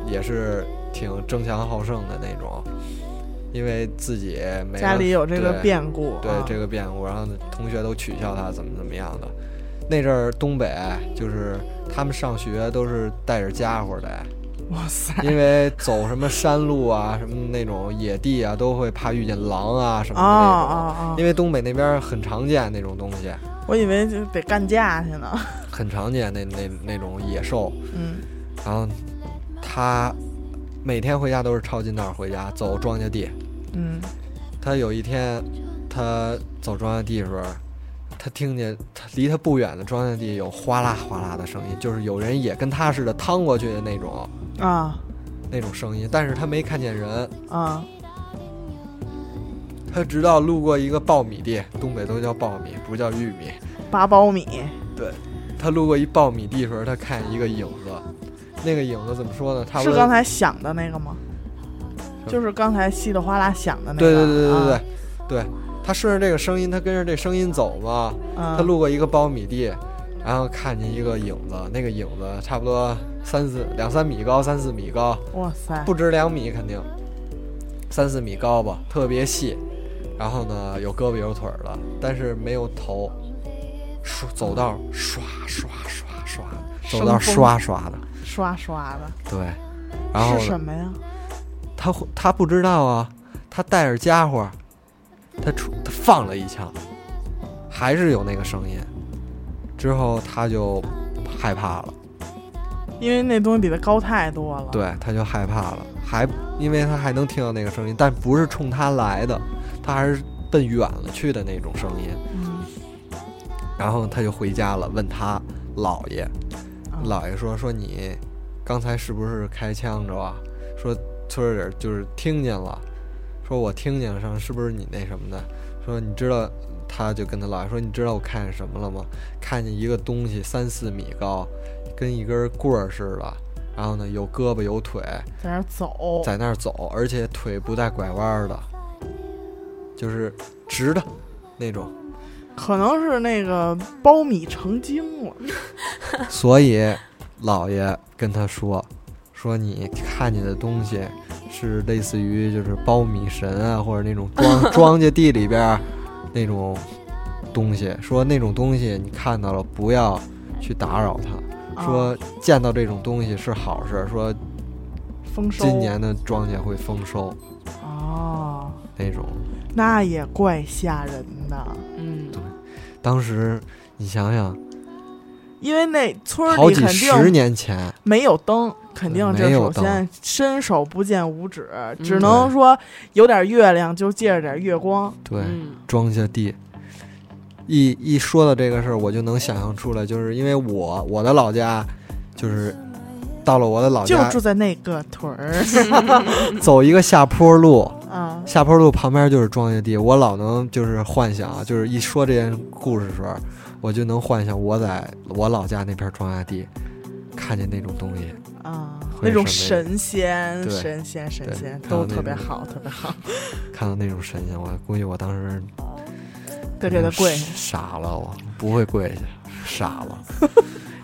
也是挺争强好胜的那种，因为自己没
家里有这个
对
变故，
对
啊
这个变故，然后同学都取笑他怎么怎么样的。那阵儿东北就是他们上学都是带着家伙来，
哇塞，
因为走什么山路啊、什么那种野地啊，都会怕遇见狼啊什么
哦
的那种。
哦
因为东北那边儿很常见那种东西，
哦，我以为就得干架去呢，
很常见那那那种野兽。
嗯，
然后他每天回家都是抄近道回家，走庄稼地。
嗯，
他有一天，他走庄稼地的时候，他听见他离他不远的庄稼地有哗啦哗啦的声音，就是有人也跟他似的趟过去的那种
啊
那种声音，但是他没看见人。
啊
他直到路过一个苞米地，东北都叫苞米，不叫玉米。
八苞米，
他路过一苞米地的时候，他看见一个影子，那个影子怎么说呢？差不
是
多
刚才响的那个吗？
什么
就是刚才稀里哗啦响的那个，
对对对对对对、
啊，
对，他顺着这个声音，他跟着这声音走嘛。他
嗯，
路过一个苞米地，然后看见一个影子，那个影子差不多三四两三米高，三四米高，
哇塞，
不止两米肯定，三四米高吧，特别细。然后呢，有胳膊有腿儿的，但是没有头。刷走道刷刷刷刷，走道
生风
刷刷的，
刷刷的，
对。然后
是
呢
什么呀？
他会他不知道啊，他带着家伙，他出他放了一枪，还是有那个声音。之后他就害怕了，
因为那东西比它高太多了，，
对，他就害怕了，还因为他还能听到那个声音，但不是冲他来的，他还是奔远了去的那种声音。
嗯，
然后他就回家了，问他姥爷，
啊
姥爷说说你刚才是不是开枪着啊？说村里儿就是听见了，说我听见了，说是不是你那什么的？说你知道，他就跟他姥爷说，你知道我看见什么了吗？看见一个东西三四米高，跟一根棍儿似的，然后呢有胳膊有腿，
在那儿走，
在那儿走，而且腿不带拐弯儿的，就是直的那种。
可能是那个苞米成精了，
所以老爷跟他说，说你看见的东西是类似于就是苞米神啊，或者那种 庄庄稼地里边儿那种东西，说那种东西你看到了不要去打扰它，
啊
说见到这种东西是好事，说
丰收，
今年的庄稼会丰收
哦，
那种。
那也怪吓人的，
嗯，
当时你想想，
因为那村儿
好
里
几
肯
十
定
年前，
没有灯，肯定这
没
首
有灯
先伸手不见五指，只
嗯
能说有点月亮就借着点月光，
对。
嗯
庄稼地。一一说到这个事儿，我就能想象出来，就是因为我我的老家，就是到了我的老
就
家
住，在那个屯 儿
走一个下坡路，
啊，
下坡路旁边就是庄稼地。我老能就是幻想，啊就是一说这件故事的时候，我就能幻想我在我老家那片庄稼地看见那种东西。
啊，
会
那种
什么
神仙、
对
神仙、神
对
仙
看到
都
那
特别
种
好，特别 好，
看到那种神仙，我估计我当时
得给他跪下。
傻了，我不会跪下，傻了。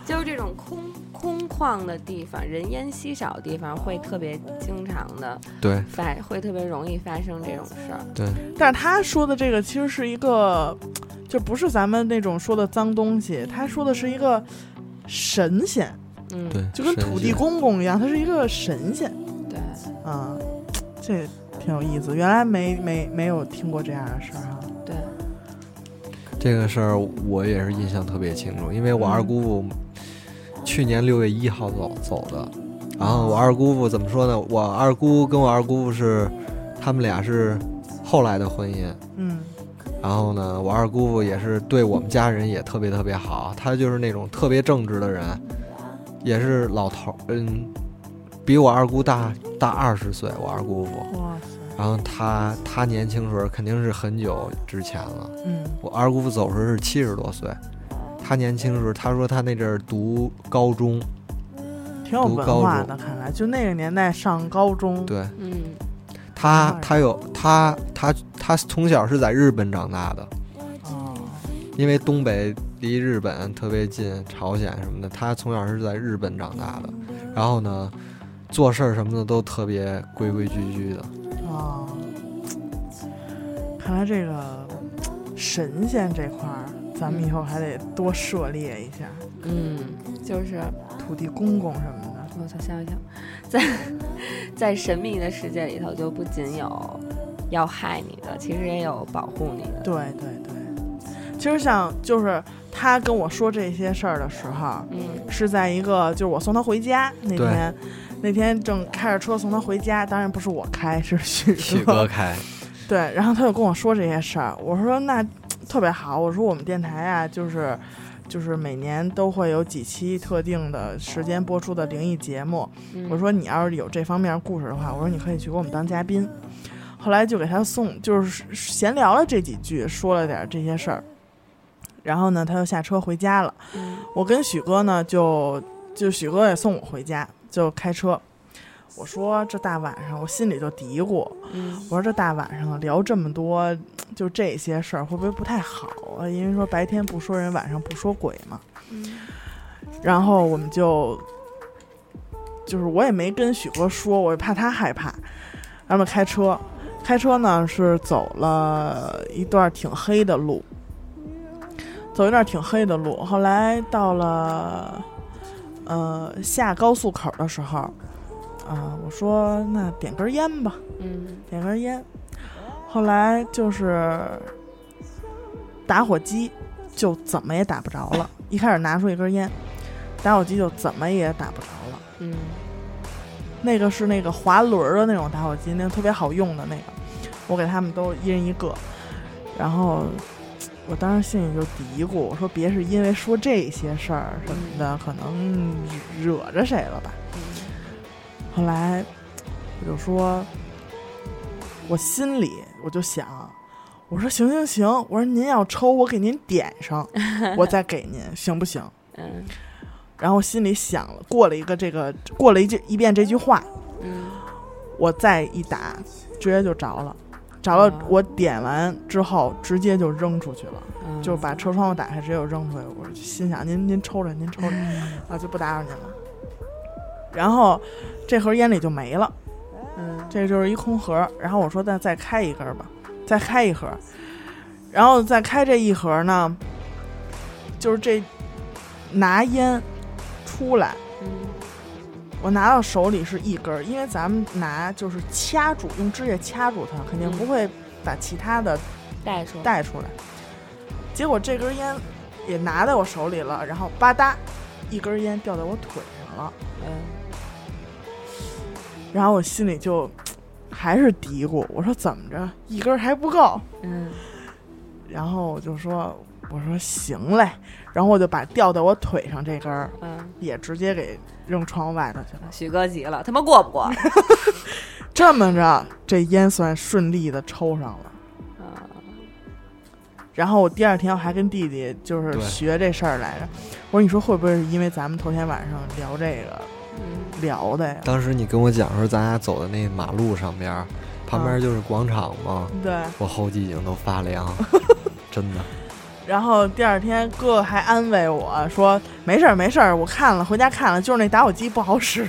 就是这种空空旷的地方，人烟稀少的地方，会特别经常的
对
发，会特别容易发生这种事儿。
对，
但是他说的这个其实是一个，就不是咱们那种说的脏东西，他说的是一个神仙，
嗯，
对，
就跟
神
土地
仙
公公一样，他是一个神仙
对
啊，这挺有意思。原来没没没有听过这样的事儿啊。
对，
这个事儿我也是印象特别清楚，因为我二姑父去年六月一号走走的，然后我二姑父怎么说呢？我二姑跟我二姑父是，他们俩是后来的婚姻，
嗯
然后呢，我二姑父也是对我们家人也特别特别好，他就是那种特别正直的人，也是老头儿，嗯，比我二姑大大二十岁，我二姑父，
哇塞，
然后他他年轻时候肯定是很久之前了。
嗯
我二姑父走的时候是七十多岁，他年轻的时候，他说他那阵儿读高中，
挺有文化的，看来就那个年代上高中，
对
嗯
他
嗯
他有他他他从小是在日本长大的，
啊
因为东北离日本特别近，朝鲜什么的，他从小是在日本长大的，然后呢，做事儿什么的都特别规规矩矩的。
哦，看来这个神仙这块儿，咱们以后还得多涉猎一下，
嗯，就是
土地公公什么的。
我操，吓我一跳！在在神秘的世界里头，就不仅有要害你的，其实也有保护你的。
对对对，其实像就是他跟我说这些事儿的时候，
嗯
是在一个就是我送他回家那
对
天，那天正开着车送他回家，当然不是我开，是许
许哥开，
对，然后他就跟我说这些事儿，我说那特别好，我说我们电台啊，就是就是每年都会有几期特定的时间播出的灵异节目，
嗯，
我说你要是有这方面故事的话，我说你可以去给我们当嘉宾。后来就给他送，就是闲聊了这几句，说了点这些事儿，然后呢，他就下车回家了。
嗯
我跟许哥呢，就就许哥也送我回家，就开车。我说这大晚上，我心里就嘀咕，
嗯
我说这大晚上聊这么多，就这些事儿会不会不太好啊？因为说白天不说人，晚上不说鬼嘛。然后我们就，就是我也没跟许哥说，我怕他害怕。然后开车，开车呢是走了一段挺黑的路，走一段挺黑的路。后来到了，呃，下高速口的时候，啊、啊我说那点根烟吧。
嗯
点根烟。后来就是打火机就怎么也打不着了，一开始拿出一根烟，打火机就怎么也打不着了。
嗯
那个是那个滑轮儿的那种打火机，那个特别好用的那个，我给他们都一人一个。然后我当时心里就嘀咕，我说别是因为说这些事儿什么的，可能惹惹着谁了吧。后来我就说，我心里我就想，我说行行行，我说您要抽，我给您点上，我再给您，行不行？
嗯
然后心里想了，过了一个这个，过了一句一遍这句话，
嗯
我再一打，直接就着了。着了
啊，
我点完之后直接就扔出去了，
嗯，
就把车窗户打开，直接就扔出去。我心想您您抽着，您抽着
嗯
啊，就不打扰您了。然后这盒烟里就没了。
嗯
这就是一空盒。然后我说那再开一根儿吧，再开一盒，然后再开这一盒呢，就是这拿烟出来，
嗯
我拿到手里是一根儿，因为咱们拿就是掐住，用指甲掐住它，肯定
嗯
不会把其他的
带出来
带出来。结果这根烟也拿在我手里了，然后吧嗒，一根烟掉在我腿上了。
嗯
然后我心里就哎还是嘀咕，我说怎么着，一根儿还不够。
嗯
然后我就说，我说行嘞，然后我就把吊在我腿上这根儿
嗯，
也直接给扔窗户外头去了。
许哥急了，他妈过不过？
这么着，这烟算顺利的抽上了。
啊
然后我第二天我还跟弟弟就是
对
学这事儿来着，我说你说会不会是因为咱们头天晚上聊这个
嗯
聊的呀？
当时你跟我讲说咱俩走的那马路上边儿，旁边就是广场嘛，
对，
我后脊梁都发凉，真的。
然后第二天哥哥还安慰我说没事儿没事儿，我看了回家看了，就是那打火机不好 使。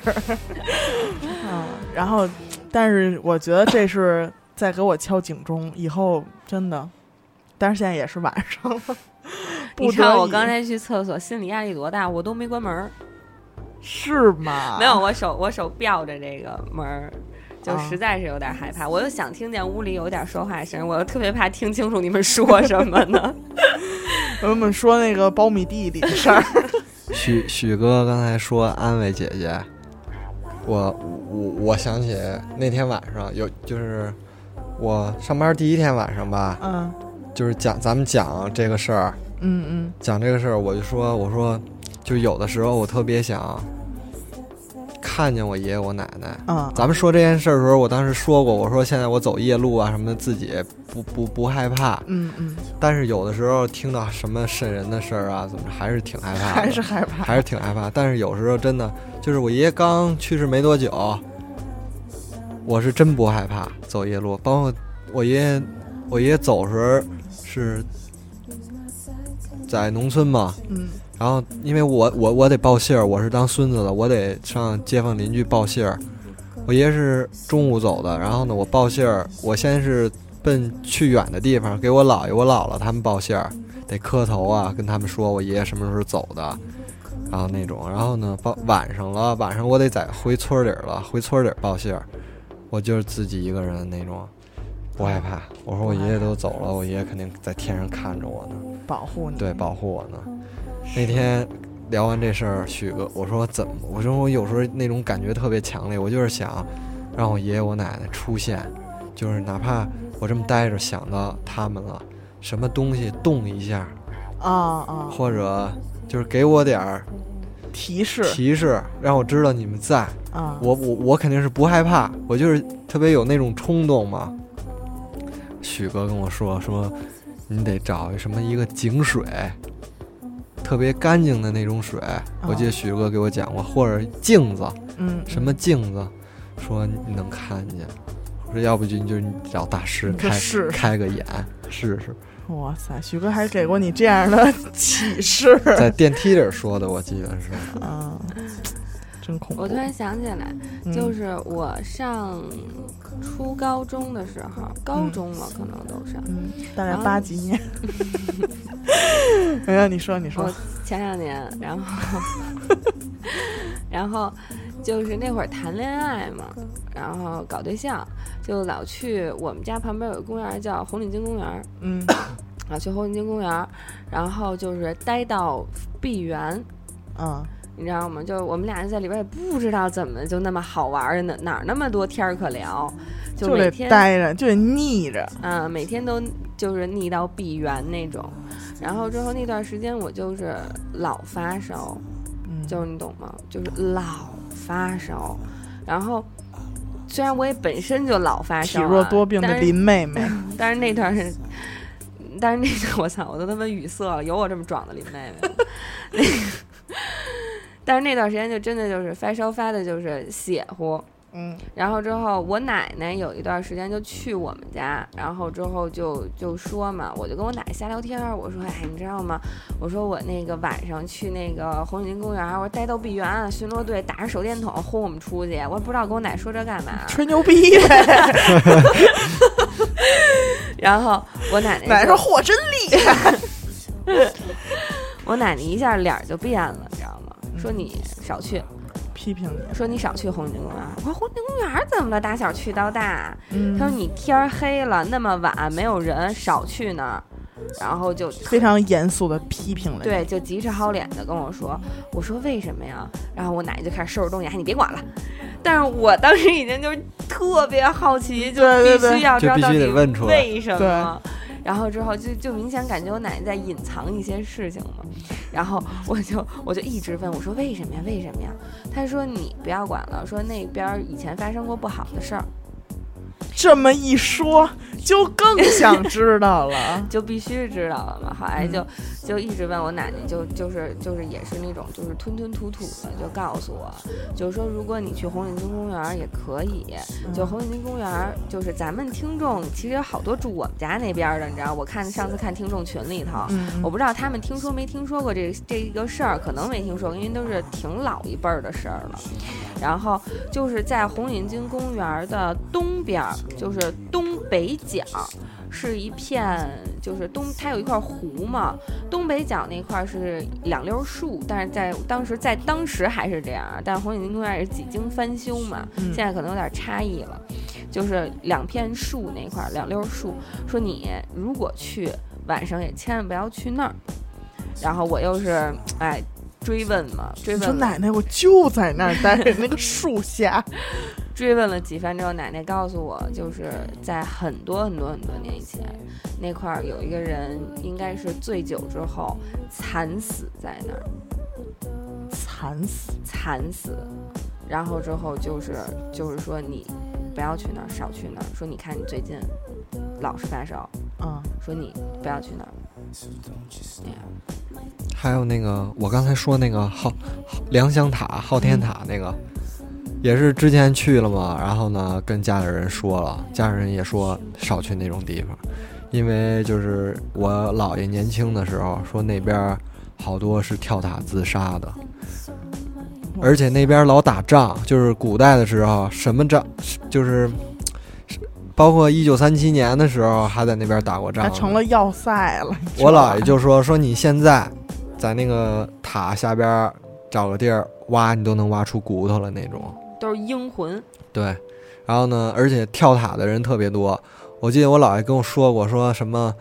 嗯，然后但是我觉得这是在给我敲警钟，以后真的，但是现在也是晚上 了，
你
不
知道
得
我
已
刚才去厕所，心理压力多大，我都没关门儿。
是吗？
没有，，我手我手吊着这个门儿，就
啊
实在是有点害怕。我又想听见屋里有点说话声，我又特别怕听清楚你们说什么 呢。
我们说那个苞米地里的事 儿，
许许哥刚才说安慰姐姐，我我我想起那天晚上有就是我上班第一天晚上吧，
嗯
就是讲咱们讲这个事儿，
嗯嗯
讲这个事儿，我就说我说，就有的时候我特别想看见我爷爷我奶奶。
嗯，
咱们说这件事儿的时候，我当时说过，我说现在我走夜路啊什么的，自己不不不害怕，
嗯嗯，
但是有的时候听到什么瘆人的事儿啊，怎么着还是挺害怕的，
还是害怕，
还是挺害怕。但是有时候真的就是我爷爷刚去世没多久，我是真不害怕走夜路。包括我爷爷，我爷爷走时候是在农村嘛，
嗯
然后因为我我我得报信儿，我是当孙子的，我得上街坊邻居报信儿。我爷是中午走的，然后呢，我报信儿，我先是奔去远的地方给我姥爷、我姥姥他们报信儿，得磕头啊，跟他们说我爷爷什么时候走的，然后那种，然后呢，报晚上了，晚上我得在回村里儿了，回村里儿报信儿，我就是自己一个人那种，不害怕。我说我爷爷都走了，我爷爷肯定在天上看着我呢。
保护你。
对，保护我呢。那天聊完这事儿，许哥我说怎么？我说我有时候那种感觉特别强烈，我就是想让我爷爷我奶奶出现，就是哪怕我这么待着想到他们了，什么东西动一下，
啊啊，
或者就是给我点儿
提示
提示，让我知道你们在。
啊，
我我我肯定是不害怕，我就是特别有那种冲动嘛。许哥跟我说说，你得找什么一个井水，特别干净的那种水。
啊
我记得许哥给我讲过，或者镜子，
嗯，
什么镜子，说你能看见。我说要不就你就找大师
你就
开
试试
开 个眼试试。
哇塞，许哥还给过你这样的 启示，
在电梯里说的，我记得是。
啊，真恐怖。
我突然想起来，
嗯
就是我上初高中的时候，高中了可能都上。
嗯，大概
然后
八几年。 没有，你说，你说
我，前两年，然后 然后就是那会儿谈恋爱嘛，然后搞对象，就老去我们家旁边有个公园儿叫红领巾公园儿，
嗯
老去红领巾公园儿，然后就是待到闭园。
啊，
你知道吗？就是我们俩就在里边也不知道怎么就那么好玩儿，哪哪儿那么多天儿可聊，就每
得
天
待着，就得腻着，
嗯，每天都就是腻到闭园那种。然后之后那段时间我就是老发烧，
嗯，
就是你懂吗？就是老发烧，然后虽然我也本身就老发
体
烧、啊，
弱多病的
但是
林妹 妹，
但是那段是，但是那段我操，我都他妈语塞了，有我这么壮的林妹妹吗？ 那个，但是那段时间就真的就是发烧发的就是血乎，
嗯
然后之后，我奶奶有一段时间就去我们家，然后之后就就说嘛，我就跟我奶奶瞎聊天儿，我说，哎，你知道吗？我说我那个晚上去那个红领巾公园儿，我说待到闭园，啊巡逻队打着手电筒轰我们出去，我也不知道跟我奶说这干 嘛。
吹牛逼呗，
然后我奶奶
奶
就
说嚯，真厉害，
我奶奶一下脸儿就变了，你知道吗？说
嗯
你少去，
批评你，
说你少去红领巾公园儿。我说红领巾公园儿怎么了？打小去到大。
嗯
他说你天儿黑了，那么晚没有人，少去那儿。然后就
非常严肃的批评了，，
对，就急赤薅脸的跟我说，我说为什么呀？然后我奶奶就开始收拾东西，哎，你别管了。但是我当时已经就是特别好奇，就
对对
必
对
须要知
就
道
必
到
须
底
得问出来
为什
对
么。 然后之后就就明显感觉我奶奶在隐藏一些事情嘛，然后我就我就一直问我说为什么呀为什么呀？她说你不要管了，说那边儿以前发生过不好的事儿，，
这么一说就更想知道了
就必须知道了嘛。后来
嗯
就就一直问我奶奶，就就是就是也是那种就是吞吞吐吐的，就告诉我，就是说如果你去红领巾公园儿也可以， 就红领巾公园儿就是咱们听众其实有好多住我们家那边儿的，你知道，我看上次看听众群里头。
嗯，
我不知道他们听说没听说过这这一个事儿，可能没听说过，因为都是挺老一辈儿的事儿了。然后就是在红领巾公园儿的东边儿，就是东北角，是一片就是东，它有一块湖嘛，东北角那块儿是两溜儿树，但是在当时在当时还是这样啊，但是红领巾公园也是几经翻修嘛，
嗯
现在可能有点差异了。就是两片树那块儿，两溜儿树，说你如果去晚上也千万不要去那儿。然后我又是哎追问嘛，追
你说
问了
奶奶，我就在那儿待着，那个树下，
追问了几番之后，奶奶告诉我，就是在很多很多很多年以前，那块儿有一个人应该是醉酒之后惨死在那儿，
惨死，
惨死。然后之后就是就是说你不要去那儿，少去那儿。说你看你最近老是发烧，
啊，
说你不要去那儿。那样
还有那个我刚才说那个昊良乡塔、昊天塔
嗯
那个，也是之前去了嘛，然后呢跟家里人说了，家里人也说少去那种地方，因为就是我姥爷年轻的时候说那边儿好多是跳塔自杀的，
嗯
而且那边儿老打仗，就是古代的时候什么仗，就是包括一九三七年的时候还在那边打过仗
还
呢，
成了要塞了。你知
我
道吧
姥爷就说说你现在在那个塔下边儿找个地儿挖，你都能挖出骨头了那种。
都是阴魂，
对，然后呢，而且跳塔的人特别多。我记得我姥爷跟我说过，说什么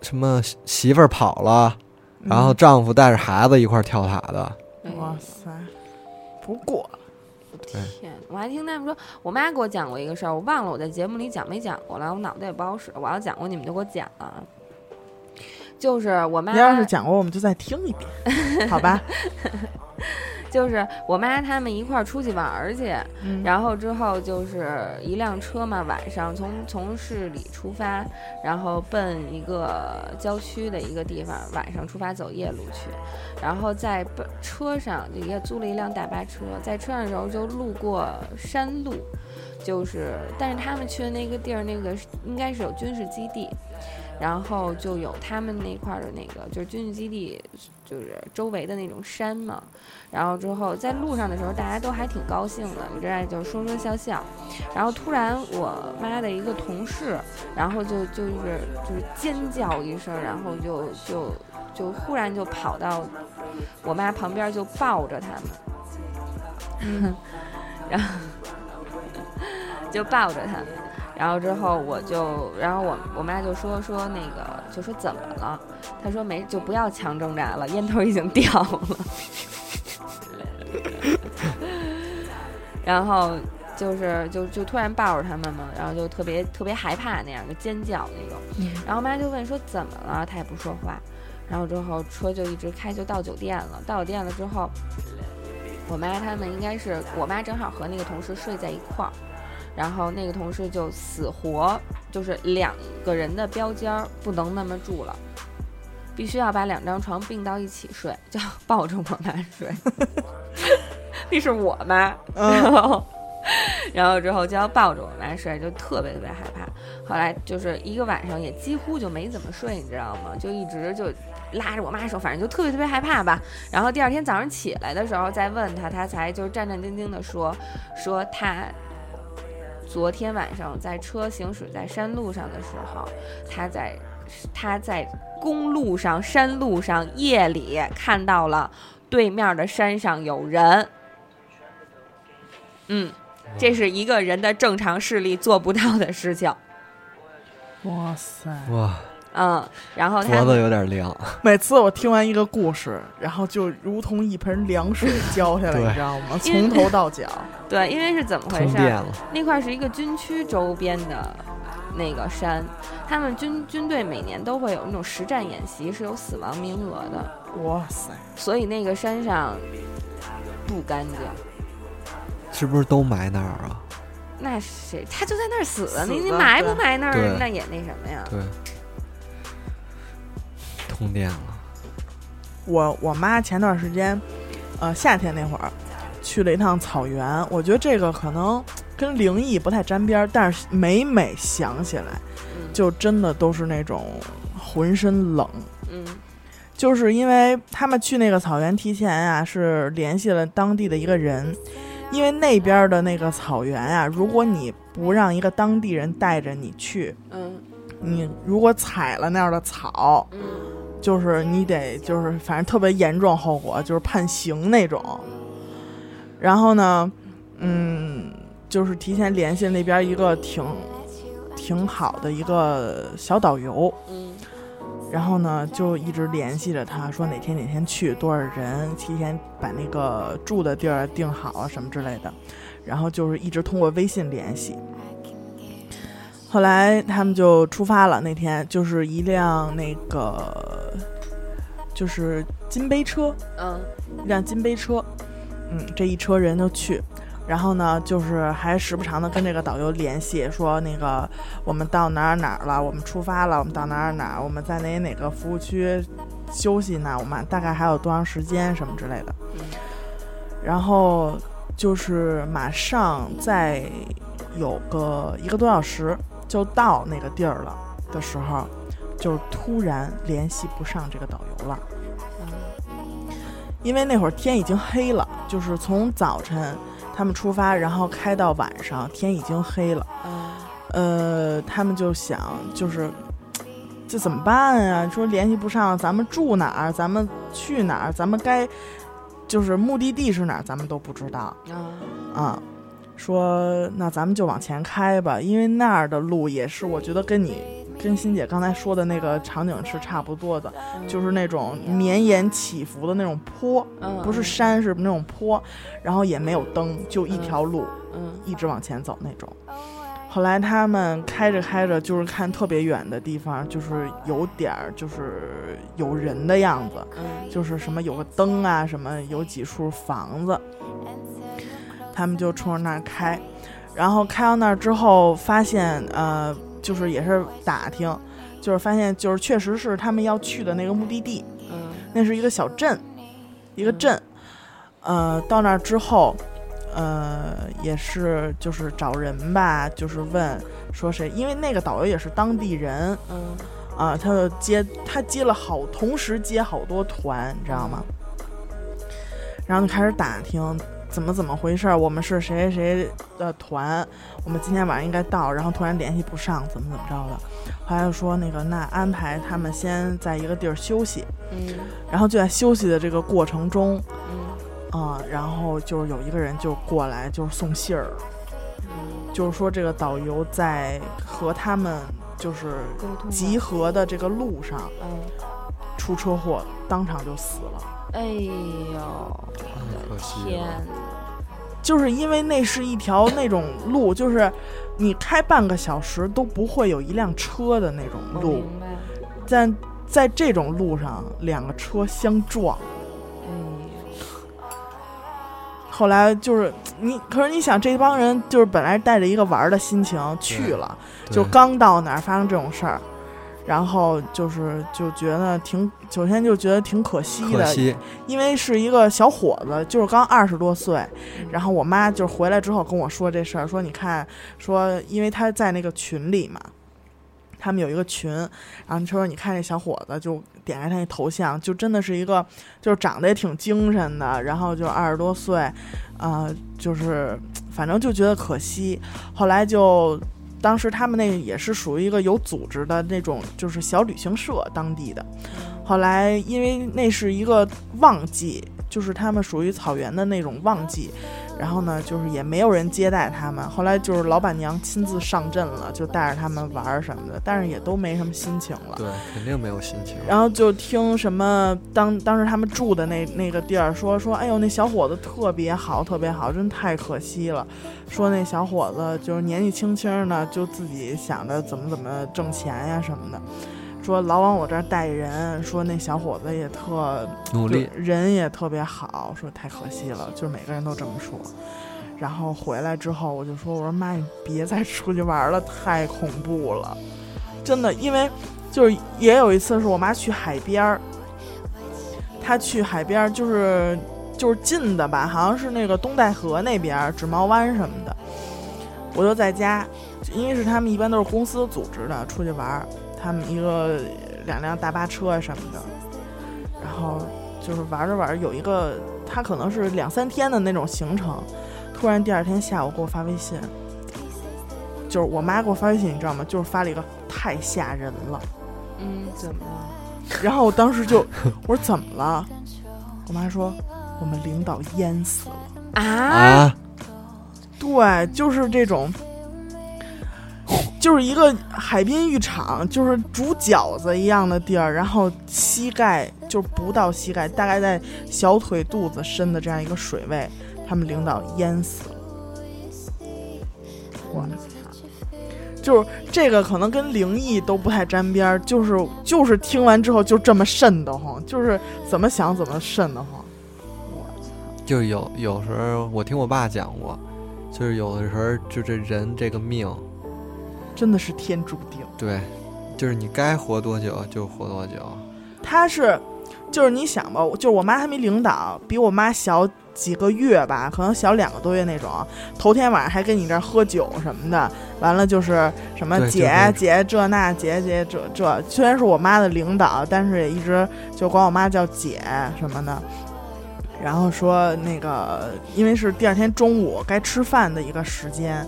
什么媳媳妇儿跑了，
嗯
然后丈夫带着孩子一块儿跳塔的。
哎
嗯哇塞，不过
天！我还听他们说，我妈给我讲过一个事儿，我忘了我在节目里讲没讲过了，我脑袋也不好使。我要讲过，你们就给我剪了啊。就是我妈，
你要是讲过，我们就再听一 遍，好吧？
就是我妈他们一块儿出去玩儿去，
嗯，
然后之后就是一辆车嘛，晚上从从市里出发，然后奔一个郊区的一个地方，晚上出发走夜路去，然后在奔车上就也租了一辆大巴车，在车上的时候就路过山路，就是但是他们去的那个地儿，那个是应该是有军事基地。然后就有他们那块儿的那个，就是军事基地，就是周围的那种山嘛。然后之后在路上的时候，大家都还挺高兴的，你知道，就是说说笑笑。然后突然我妈的一个同事，然后就就是就是尖叫一声，然后就就就忽然就跑到我妈旁边，就抱着他们， 然后就抱着他们。然后之后我就，然后我我妈就说说那个，就说怎么了？她说没，就不要强挣扎了，烟头已经掉了。然后就是就就突然抱着他们嘛，然后就特别特别害怕那样，就尖叫那种。然后妈就问说怎么了，她也不说话。然后之后车就一直开就到酒店了，到酒店了之后，我妈他们应该是我妈正好和那个同事睡在一块儿。然后那个同事就死活就是两个人的标间儿不能那么住了，必须要把两张床并到一起睡，就要 抱着我妈睡。 那是我妈，然
嗯，
后，然后之后就要抱着我妈睡，就特别特别害怕。后来就是一个晚上也几乎就没怎么睡，你知道吗？就一直就拉着我妈手，反正就特别特别害怕吧。然后第二天早上起来的时候再问她，她才就是战战兢兢的说，说她昨天晚上在车行驶在山路上的时候，她在她在公路上、山路上夜里看到了对面的山上有人。嗯，这是一个人的正常视力做不到的事情。
哇塞！
哇，
嗯，然后他
脖
们
子有点凉。
每次我听完一个故事，然后就如同一盆凉水浇下来，
对
你知道吗？
因为
从头到脚，
对，因为是怎么回
通
事
电
儿？
了，
那块儿是一个军区周边的那个山，他们军军队每年都会有那种实战演习，是有死亡名额的，
哇塞！
所以那个山上不干净。
是不是都埋那儿啊？
那谁，他就在那儿死了，你
死
你
的
埋
对
不埋那儿
对，
那也那什么呀？
对，通电了。
我我妈前段时间，呃，夏天那会儿去了一趟草原，我觉得这个可能跟灵异不太沾边，儿，但是每每想起来，
嗯
就真的都是那种浑身冷。
嗯
就是因为他们去那个草原提前啊，是联系了当地的一个人，因为那边的那个草原啊，如果你不让一个当地人带着你去，
嗯
你如果踩了那样的草，
嗯，
就是你得就是反正特别严重后果，就是判刑那种。然后呢，嗯，就是提前联系那边一个呃挺挺好的一个小导游，
嗯
然后呢就一直联系着他说哪天哪天去多少人，提前把那个住的地儿定好啊什么之类的，然后就是一直通过微信联系。后来他们就出发了，那天就是一辆那个就是金杯车，
嗯
一辆金杯车，嗯，这一车人就去，然后呢，就是还时不常的跟这个导游联系，说那个我们到哪儿哪儿了，我们出发了，我们到哪儿哪儿，我们在哪哪个服务区休息呢，我们大概还有多长时间什么之类的
嗯，
然后就是马上再有个一个多小时，就到那个地儿了的时候，就突然联系不上这个导游了，因为那会儿天已经黑了，就是从早晨他们出发，然后开到晚上，天已经黑了。呃，他们就想，就是这怎么办啊？说联系不上，咱们住哪儿？咱们去哪儿？咱们该就是目的地是哪儿？咱们都不知道
啊，
啊。说那咱们就往前开吧，因为那儿的路也是，我觉得跟你跟欣姐刚才说的那个场景是差不多的，就是那种绵延起伏的那种坡，
嗯
不是山，是那种坡，然后也没有灯，就一条路。
嗯
一直往前走那种。
哦
后来他们开着开着，就是看特别远的地方，就是有点儿就是有人的样子，
嗯
就是什么有个灯啊，什么有几处房子，他们就冲着那儿开。然后开到那儿之后，发现呃，就是也是打听，就是发现就是确实是他们要去的那个目的地，
嗯
那是一个小镇，一个镇。呃，到那儿之后，呃，也是就是找人吧，就是问说谁，因为那个导游也是当地人
嗯
啊、他就接他接了好，同时接好多团，你知道吗？然后就开始打听怎么怎么回事儿，我们是谁谁谁的团，我们今天晚上应该到，然后突然联系不上，怎么怎么着的。后来就说那个那安排他们先在一个地儿休息，
嗯
然后就在休息的这个过程中，
嗯
啊、然后就是有一个人就过来，就是送信儿，
嗯，
就是说这个导游在和他们就是
沟通吧
集合的这个路上
嗯，
出车祸，当场就死了。
哎呦，
太可惜
天
了。
就是因为那是一条那种路，就是你开半个小时都不会有一辆车的那
我
种路，
明白，
但在这种路上，两个车相撞。
哎
后来就是你，可是你想，这帮人就是本来带着一个玩儿的心情去
对
了，
对
就刚到哪儿发生这种事儿，然后就是就觉得挺，首先就觉得挺可惜
可
的，
惜，
因为是一个小伙子，就是刚二十多岁，
嗯
然后我妈就是回来之后跟我说这事儿，说你看，说因为他在那个群里嘛，他们有一个群，然后你说你看这小伙子，就点开他那头像，就真的是一个，就是长得也挺精神的，然后就二十多岁，啊、就是反正就觉得可惜，后来就。当时他们那也是属于一个有组织的那种，就是小旅行社当地的。后来因为那是一个旺季，就是他们属于草原的那种旺季，然后呢，就是也没有人接待他们。后来就是老板娘亲自上阵了，就带着他们玩儿什么的，但是也都没什么心情了。
对，肯定没有心情。
然后就听什么当当时他们住的那那个地儿说说，哎呦，那小伙子特别好，特别好，真太可惜了。说那小伙子就是年纪轻轻的，就自己想着怎么怎么挣钱呀什么的，说老往我这儿带人，说那小伙子也特
努
就
力，
人也特别好，说太可惜了，就是每个人都这么说。然后回来之后，我就说：“我说妈，你别再出去玩了，太恐怖了，真的。因为就是也有一次是我妈去海边儿，她去海边儿就是就是近的吧，好像是那个东戴河那边儿、指毛湾什么的。我就在家，因为是他们一般都是公司组织的出去玩儿，他们一个两辆大巴车什么的，然后就是玩着玩着有一个，他可能是两三天的那种行程，突然第二天下午给我发微信，就是我妈给我发微信，你知道吗？就是发了一个太吓人了，
嗯，怎么了？
然后我当时就我说怎么了？我妈说我们领导淹死了。
啊，
啊，
对，就是这种，就是一个海滨浴场，就是煮饺子一样的地儿，然后膝盖就不到膝盖，大概在小腿肚子深的这样一个水位，他们领导淹死了。
我操，
就是这个可能跟灵异都不太沾边儿，就是就是听完之后就这么瘆得慌，就是怎么想怎么瘆得慌。
就有有时候我听我爸讲过，就是有的时候就这人这个命，
真的是天注定。
对，就是你该活多久就活多久。
他是，就是你想吧，我就是我妈还没领导，比我妈小几个月吧，可能小两个多月那种，头天晚上还跟你这儿喝酒什么的，完了就是什么
对就
姐
那种
姐这那姐姐这这，虽然是我妈的领导，但是也一直就管我妈叫姐什么的。然后说那个，因为是第二天中午该吃饭的一个时间，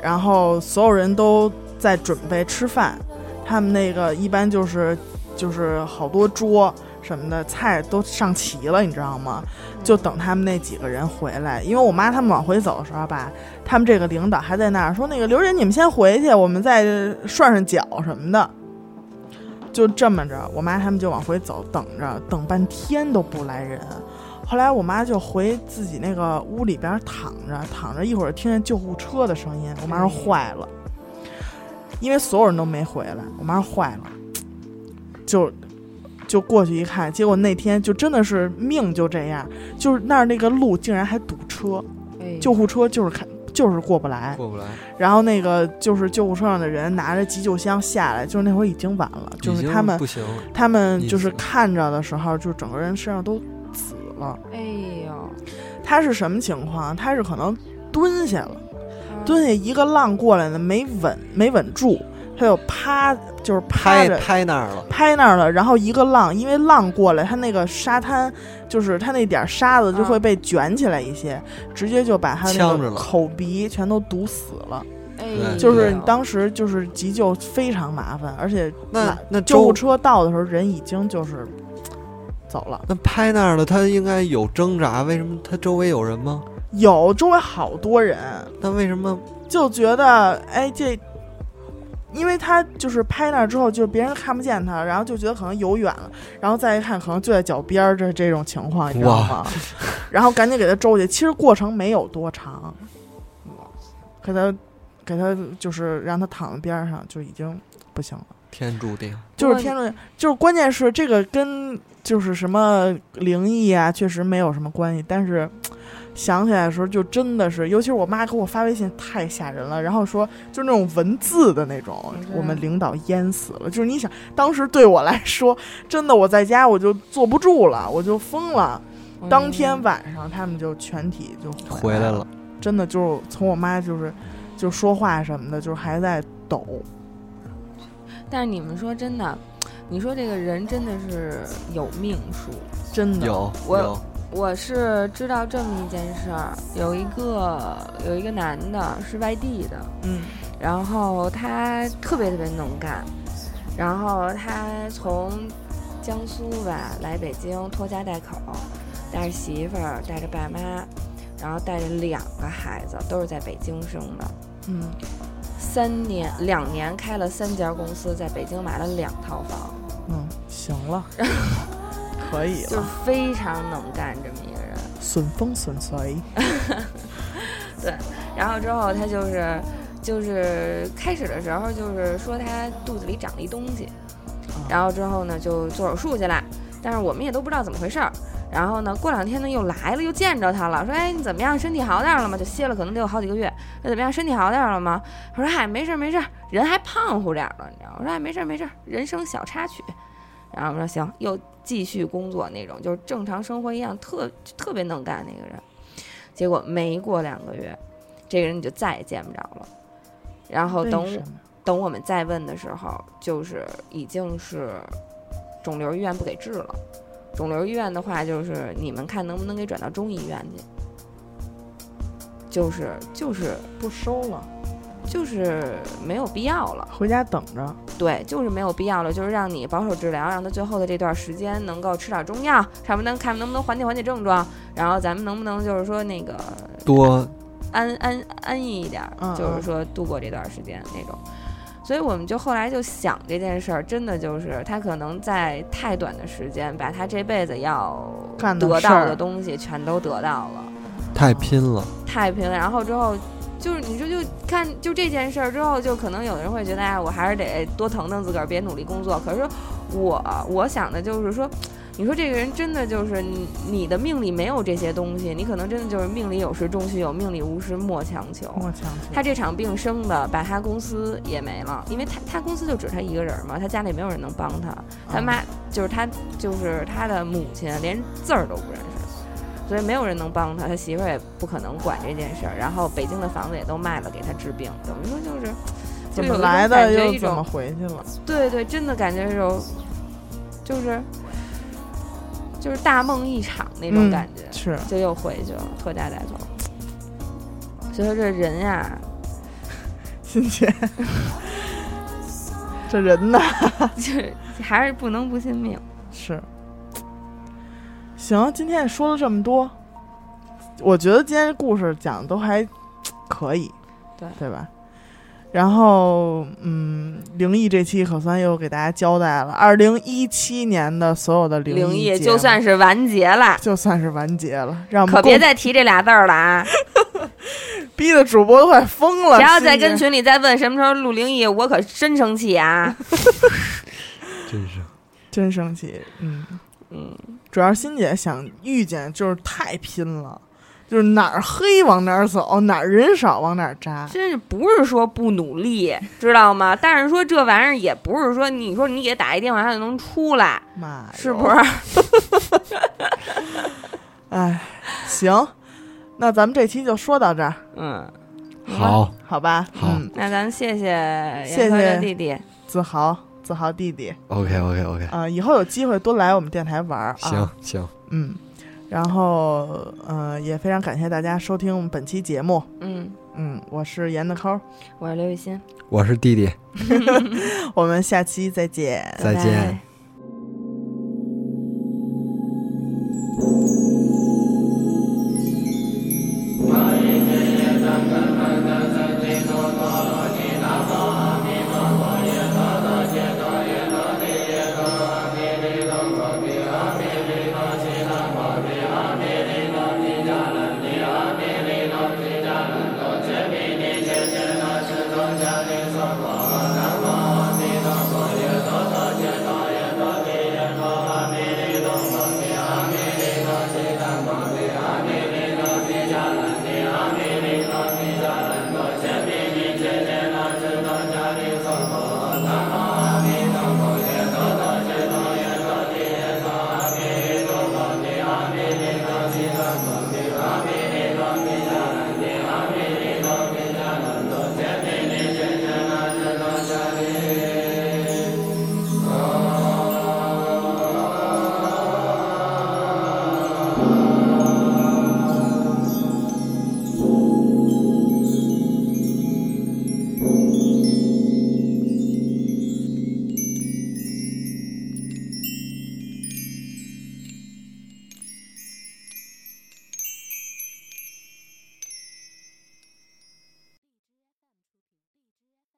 然后所有人都在准备吃饭。他们那个一般就是就是好多桌什么的菜都上齐了，你知道吗？就等他们那几个人回来，因为我妈他们往回走的时候吧，他们这个领导还在那儿说：“那个刘姐，你们先回去，我们再涮涮脚什么的。”就这么着，我妈他们就往回走，等着等半天都不来人。后来我妈就回自己那个屋里边躺着，躺着一会儿听见救护车的声音，我妈说坏了，因为所有人都没回来，我妈说坏了，就就过去一看，结果那天就真的是命就这样，就是那儿那个路竟然还堵车，
哎
救护车就是看就是过不来，
过不来，
然后那个就是救护车上的人拿着急救箱下来，就是那会儿已经晚了，就
已
是
经
他们
不行了，
他们
已
就是
经
看着的时候，就整个人身上都紫了。
哎呦，
他是什么情况？他是可能蹲下了，蹲下一个浪过来呢，没稳没稳住，他就趴就是趴
拍
着
拍那儿了，
拍那儿了，然后一个浪，因为浪过来，它那个沙滩就是它那点儿沙子就会被卷起来一些，直接就把他那
呛
个
着了嗯
口鼻全都堵死了。
哎
对啊
呦，
就是你当时就是急救非常麻烦，而且
那
来
那
救护
周
车到的时候人已经就是走了。
那拍那儿了，他应该有挣扎，为什么他周围有人吗？
有周围好多人，
那为什么
就觉得哎这，因为他就是拍那儿之后，就是别人看不见他，然后就觉得可能游远了，然后再一看可能就在脚边儿，这这种情况，你知道
哇
吗？ 然后赶紧给他周去，其实过程没有多长，给他给他就是让他躺在边上就已经不行了。
天注定？
就是
哇
天论，就是关键是这个跟就是什么灵异啊，确实没有什么关系。但是想起来的时候，就真的是，尤其是我妈给我发微信，太吓人了。然后说，就那种文字的那种
嗯，
我们领导淹死了。就是你想，当时对我来说，真的我在家我就坐不住了，我就疯了。
嗯
当天晚上，他们就全体就
回来
来
了，
真的就是从我妈就是就说话什么的，就是还在抖。
但是你们说真的，你说这个人真的是有命数。
真的
有
我
有，
我是知道这么一件事儿，有一个有一个男的是外地的，
嗯，
然后他特别特别能干，然后他从江苏吧来北京拖家带口，带着媳妇儿，带着爸妈，然后带着两个孩子，都是在北京生的。
嗯，
三年两年开了三家公司，在北京买了两套房，
嗯，行 了，可以
就是
了，
非常能干这么一个人。
损风损随，
然后之后他就是就是开始的时候就是说他肚子里长了一东西，然后之后呢就做手术去了，但是我们也都不知道怎么回事儿。然后呢，过两天呢又来了，又见着他了，说哎你怎么样，身体好点儿了吗？就歇了可能得有好几个月，说怎么样，身体好点儿了吗？他说嗨、没事儿没事儿，人还胖乎点儿了，你知道吗？我说哎没事儿没事儿，人生小插曲。然后我说行，又继续工作那种，就是正常生活一样，特特别能干那个人。结果没过两个月，这个人你就再也见不着了。然后等
为
我
什么
等我们再问的时候，就是已经是肿瘤医院不给治了。肿瘤医院的话，就是你们看能不能给转到中医院去。就是就是
不收了，
就是没有必要了，
回家等着。
对，就是没有必要了，就是让你保守治疗，让他最后的这段时间能够吃点中药，看不能看能不能缓解缓解症状，然后咱们能不能就是说那个
多
安安安逸一点儿，
嗯
就
嗯
是说度过这段时间那种。所以我们就后来就想这件事儿，真的就是他可能在太短的时间，把他这辈子要
干的
得
事
到
儿
的东西全都得到了，
太拼了，
太平了。然后之后就是你说就看就这件事儿之后，就可能有的人会觉得，哎，我还是得多腾腾自个儿，别努力工作。可是我我想的就是说，你说这个人真的就是你你的命里没有这些东西，你可能真的就是命里有时终须有，命里无时莫强求。
莫强求，
他这场病生的，把他公司也没了，因为他他公司就只他一个人嘛，他家里没有人能帮他，他啊
嗯
妈就是他就是他的母亲，连字儿都不认识。所以没有人能帮他，他媳妇儿也不可能管这件事儿。然后北京的房子也都卖了给他治病，等于说就是就
怎
有
么
一种
来
感
的
觉
又
一
怎么
种
回去了？
对对，真的感觉是有，就是就是大梦一场那
嗯
种感觉，
是
就又回去了，拖家带口。所以说这人呀、
欣姐， 这人呐
就是还是不能不信命。
是。行，今天也说了这么多，我觉得今天故事讲的都还可以，
对
对吧？然后，嗯，灵异这期可算又给大家交代了二零一七年的所有的灵
灵异
节
就
目啊
算是完结了，
就算是完结了，让我们
可别
共
再提这俩字儿 了啊！
逼的主播都快疯了。
谁要再
欣姐
跟群里再问什么时候录灵异，我可真生气 啊！
真是
真生气，嗯
嗯，
主要是欣姐想遇见就是太拼了，就是哪儿黑往哪儿走，哪儿人少往哪儿扎。
真是不是说不努力，知道吗？但是说这玩意儿也不是说你说你给打一电话他就能出来，
妈呀，
是不？是？
哎，行，那咱们这期就说到这儿，
嗯，
好，
好吧？
好
嗯，
那咱谢谢
谢
严哥的弟弟，
子豪，子豪弟弟
OK OK OK，
啊、以后有机会多来我们电台玩儿啊。
行，行，
嗯，然后呃，也非常感谢大家收听我们本期节目。
嗯，
嗯，我是严的抠儿，
我是刘雨欣，
我是弟弟，
我们下期再见。
再
拜
见
拜